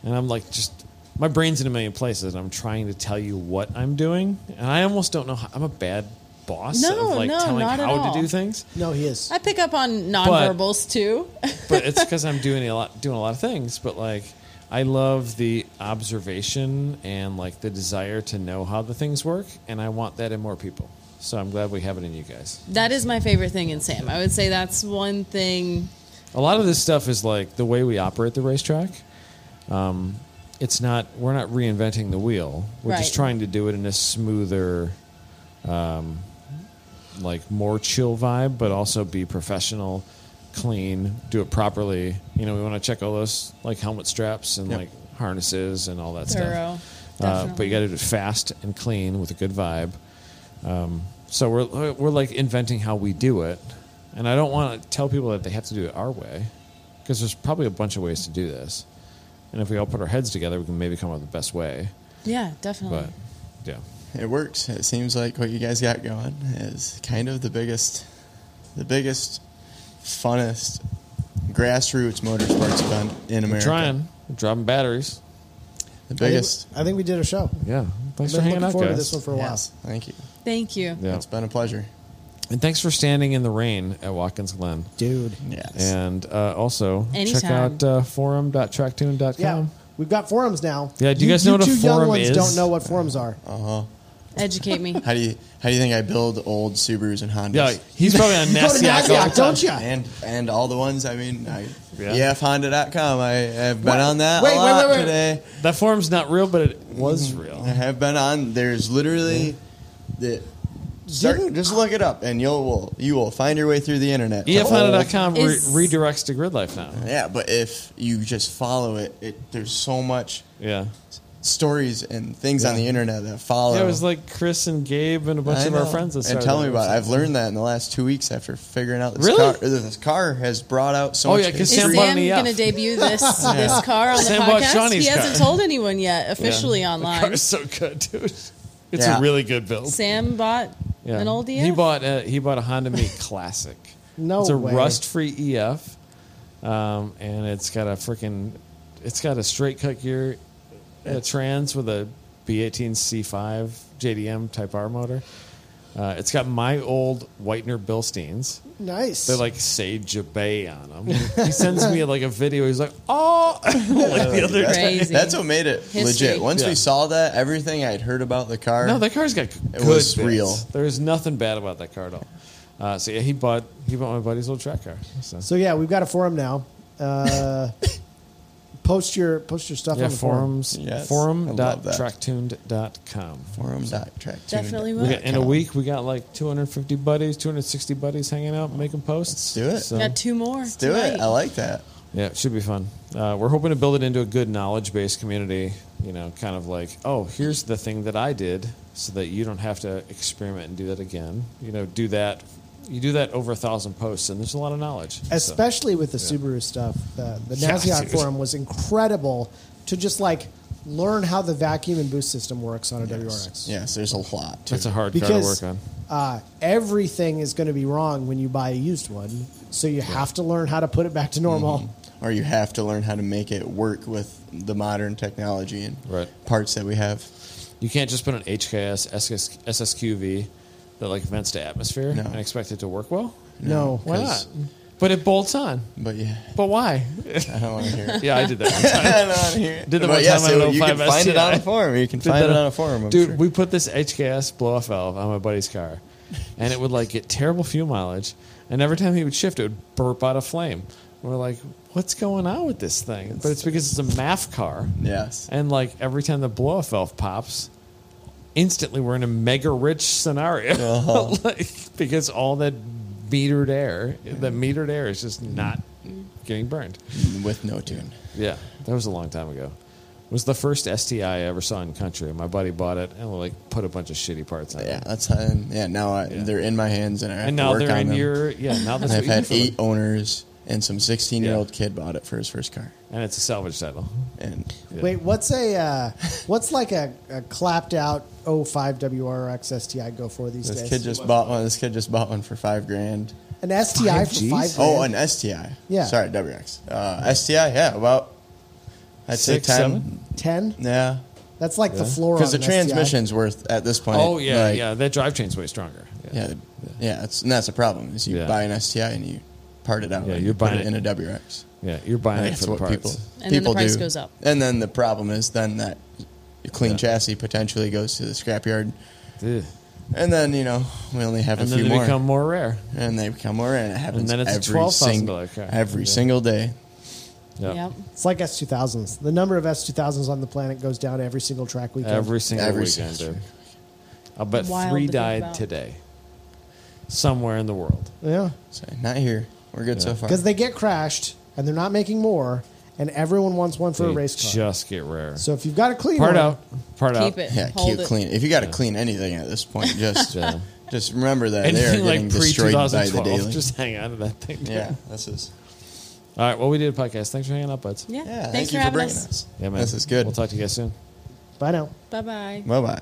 B: and I'm like, just. My brain's in a million places. and I'm trying to tell you what I'm doing, and I almost don't know. How, I'm a bad boss
C: No,
B: of like
C: no,
B: telling
C: not at
B: how
C: all.
B: to do things.
A: No, he is.
C: I pick up on nonverbals too.
B: but it's because I'm doing a lot, doing a lot of things. But like, I love the observation and like the desire to know how the things work, and I want that in more people. So I'm glad we have it in you guys.
C: That is my favorite thing in Sam. I would say that's one thing.
B: A lot of this stuff is like the way we operate the racetrack. Um, it's not we're not reinventing the wheel. We're
C: Right.
B: just trying to do it in a smoother, um, like more chill vibe, but also be professional, clean, do it properly. You know, we want to check all those like helmet straps and
D: Yep.
B: like harnesses and all that
C: Thorough,
B: stuff. Uh, but you got to do it fast and clean with a good vibe. Um, So we're we're like inventing how we do it, and I don't want to tell people that they have to do it our way, because there's probably a bunch of ways to do this, and if we all put our heads together, we can maybe come up with the best way.
C: Yeah, definitely.
B: But yeah,
D: It works. It seems like what you guys got going is kind of the biggest, the biggest, funnest grassroots motorsports event in America.
B: we're trying, we're dropping batteries.
D: The
A: I think-
D: biggest.
A: I think, we did a show.
B: Yeah, thanks
A: I've
B: for
A: been
B: hanging
A: looking
B: out,
A: forward
B: guys.
A: to this one for a
D: Yes. Thank you.
C: Thank you.
B: Yeah.
D: It's been a pleasure.
B: And thanks for standing in the rain at Watkins Glen.
A: while, dude.
D: Yes.
B: And uh, also check
C: Anytime.
B: out uh, forum.tracktune.com.
A: Yeah, we've got forums now.
B: Yeah, do you guys know what a
A: two young
B: forum
A: ones
B: is? Oh.
A: Don't know what forums are.
C: Educate me.
D: how do you how do you think I build old Subarus and Hondas?
B: Yeah, he's probably on
A: go to
B: Nasdaq.
A: Nasdaq, don't you?
D: And and all the ones. I mean, I, E
B: Yeah.
D: yeah. Honda.com. I have been on that
A: Wait,
D: a
A: wait,
D: lot
A: wait, wait.
D: today.
B: That forum's not real, but it Mm. was real.
D: I have been on. There's literally the. Start,
A: Didn't-
D: just look it up, and you'll will you will find your way through the internet.
B: E
D: to old-
B: EFHonda.com re-
C: Is-
B: redirects to Grid Life now.
D: Yeah, but if you just follow it, it there's so much
B: Yeah.
D: stories and things on the internet that follow.
B: Yeah, it was like Chris and Gabe and a bunch
D: Oh. I
B: of our
D: know.
B: friends. That
D: and
B: started
D: tell me
B: that
D: about. it.
B: website.
D: I've learned that in the last two weeks after figuring out this
B: Really?
D: car. This car has brought out so
B: Oh,
D: much.
B: yeah, 'cause
D: history.
C: Is
B: Sam
C: Sam
B: bought an EF.
C: going to debut this this car on the
B: Sam bought
C: podcast?
B: Shawnee's
C: he hasn't
B: car.
C: told anyone yet officially
B: Yeah. The
C: online.
B: car's so good, dude. It's
D: Yeah.
B: a really good build.
C: Sam bought
B: Yeah.
C: an old E EF.
B: He bought a, he bought a Honda Meet Classic.
A: No
B: it's a
A: way.
B: rust-free EF, um, and it's got a freaking it's got a straight cut gear, a trans with a B18 C5 JDM Type R motor. Uh, it's got my old Whitener Bilsteins.
A: Nice.
B: They're like Sage Bay on them. He sends me like a video. He's like, oh, like the other
D: That's,
B: day.
C: Crazy.
D: that's what made it
C: History.
D: legit. Once
B: Yeah.
D: we saw that, everything I'd heard about the car.
B: No, that car's got good.
D: was
B: bits.
D: real.
B: There's nothing bad about that car at all. Uh, so yeah, he bought he bought my buddy's old track car. So,
A: so yeah, we've got a forum now. Uh, post your post your stuff
B: yeah,
A: on the forum.
B: forums
D: Yes, I
B: forum dot
D: love that.
B: tracktuned.com.
D: forum dot track tuned
C: Definitely
D: dot
C: will.
B: We got, in a
D: com.
B: week, we got like 250 buddies, 260 buddies hanging out, making posts.
D: do it.
B: So,
C: got two more.
D: Let's do it. I like that.
B: yeah, it should be fun. Uh, we're hoping to build it into a good knowledge based community. You know, kind of like, oh, here's the thing that I did, so that you don't have to experiment and do that again. You know, do that. You do that over a thousand posts, and there's a lot of knowledge. so.
A: Especially with the Subaru stuff, the, the
B: Yeah,
A: Nasdaq
B: dude.
A: forum was incredible to just like learn how the vacuum and boost system works on a WRX.
D: Yes, there's a lot. too.
B: That's a hard car to
A: because
B: work on.
A: Uh, everything is going to be wrong when you buy a used one, so you have to learn how to put it back to normal.
B: Mm-hmm.
D: or you have to learn how to make it work with the modern technology and
B: Right.
D: parts that we have.
B: You can't just put an HKS SS, SSQV that like vents to atmosphere
D: No.
B: and expect it to work well.
A: No,
B: Why not?
D: 'Cause-
B: But it bolts on.
D: But yeah,
B: But why?
D: I don't want to hear. it.
B: yeah, I did that. One time.
D: I don't wanna hear it.
B: Did the
D: But
B: one
D: yeah,
B: time on
D: so
B: an
D: you can
B: 05
D: find it on
B: STI.
D: a forum. You can
B: Did
D: find
B: that
D: it on a forum, I'm
B: dude.
D: sure.
B: We put this HKS blow off valve on my buddy's car, and it would like get terrible fuel mileage. And every time he would shift, it would burp out a flame. We're like, what's going on with this thing? But it's because it's a MAF car.
D: Yes.
B: And like every time the blow off valve pops, instantly we're in a mega rich scenario. like, because all that metered air, the metered air is just not getting burned.
D: with no tune.
B: Yeah, that was a long time ago. It was the first STI I ever saw in country. My buddy bought it and like put a bunch of shitty parts on
D: Yeah,
B: it.
D: that's how. Yeah, now I, they're in my hands, and I have
B: And
D: to
B: now
D: work
B: they're
D: on
B: in
D: them.
B: your yeah. Now that's
D: I've
B: what you do
D: had
B: for
D: eight
B: them.
D: owners, and some 16 year old
B: Yeah.
D: kid bought it for his first car.
B: and it's a salvage title.
D: And
A: Wait, what's a uh, what's like a, a clapped out 05 WRX STI go for these
D: this
A: days?
D: kid just bought one. This kid just bought one for five grand.
A: an STI for
B: Gs?
A: five.
D: Oh,
A: grand?
D: an STI.
A: Yeah.
D: Sorry, WX. Uh, STI. Yeah, about I'd
B: Six,
D: say 10.
B: seven?
A: ten.
D: Yeah,
A: That's like the floor on
D: because the
A: an STI.
D: transmission's worth at this point.
B: Oh yeah,
D: like,
B: yeah. That drivetrain's way stronger.
D: yeah, yeah. It's, and that's a problem. Is you
B: Yeah.
D: buy an STI and you part it out.
B: Yeah,
D: and
B: you're
D: you put
B: buying
D: it in
B: it-
D: a WX.
B: yeah. You're buying it
D: That's
B: for the
D: what
B: parts.
D: people
C: then the
D: people
C: price
D: do.
C: goes up.
D: And then the problem is then that clean chassis potentially goes to the scrapyard.
B: Ugh.
D: And then you know we only have
B: and
D: a
B: then
D: few
B: they
D: more,
B: become more rare.
D: and they become more, and it happens
B: then it's a
D: every,
B: $12,000
D: sing-
B: car.
D: every
B: Yeah.
D: single day.
B: Yep.
C: Yep.
A: It's like S2000s. The number of S2000s on the planet goes down every single track weekend.
B: Every single
D: Every
B: weekend.
D: single
B: dude. I'll bet
C: Wild
B: three
C: to think
B: died
C: about.
B: today, somewhere in the world.
A: yeah.
D: So not here. We're good so far.
A: Because they get crashed and they're not making more, and everyone wants one for a
B: They
A: race car.
B: just get rare.
A: so if you've got a clean
B: part
A: one,
B: out, part out.
C: Keep it.
D: yeah,
C: Hold
D: keep
C: it.
D: clean. If you got to clean anything at this point, just
B: Yeah.
D: just remember that they are
B: Anything
D: getting
B: like pre
D: destroyed by the
B: 2012,
D: daily.
B: just hang on to that thing.
D: yeah, this is.
B: All right. Well, we did a podcast. Thanks for hanging out, buds.
C: Yeah. Thanks
D: Yeah, thank you
C: for
D: for
C: having
D: bringing
C: us.
D: us.
B: Yeah, man.
D: This is good.
B: We'll talk to you guys soon.
A: Bye now.
C: Bye bye.
D: Bye bye.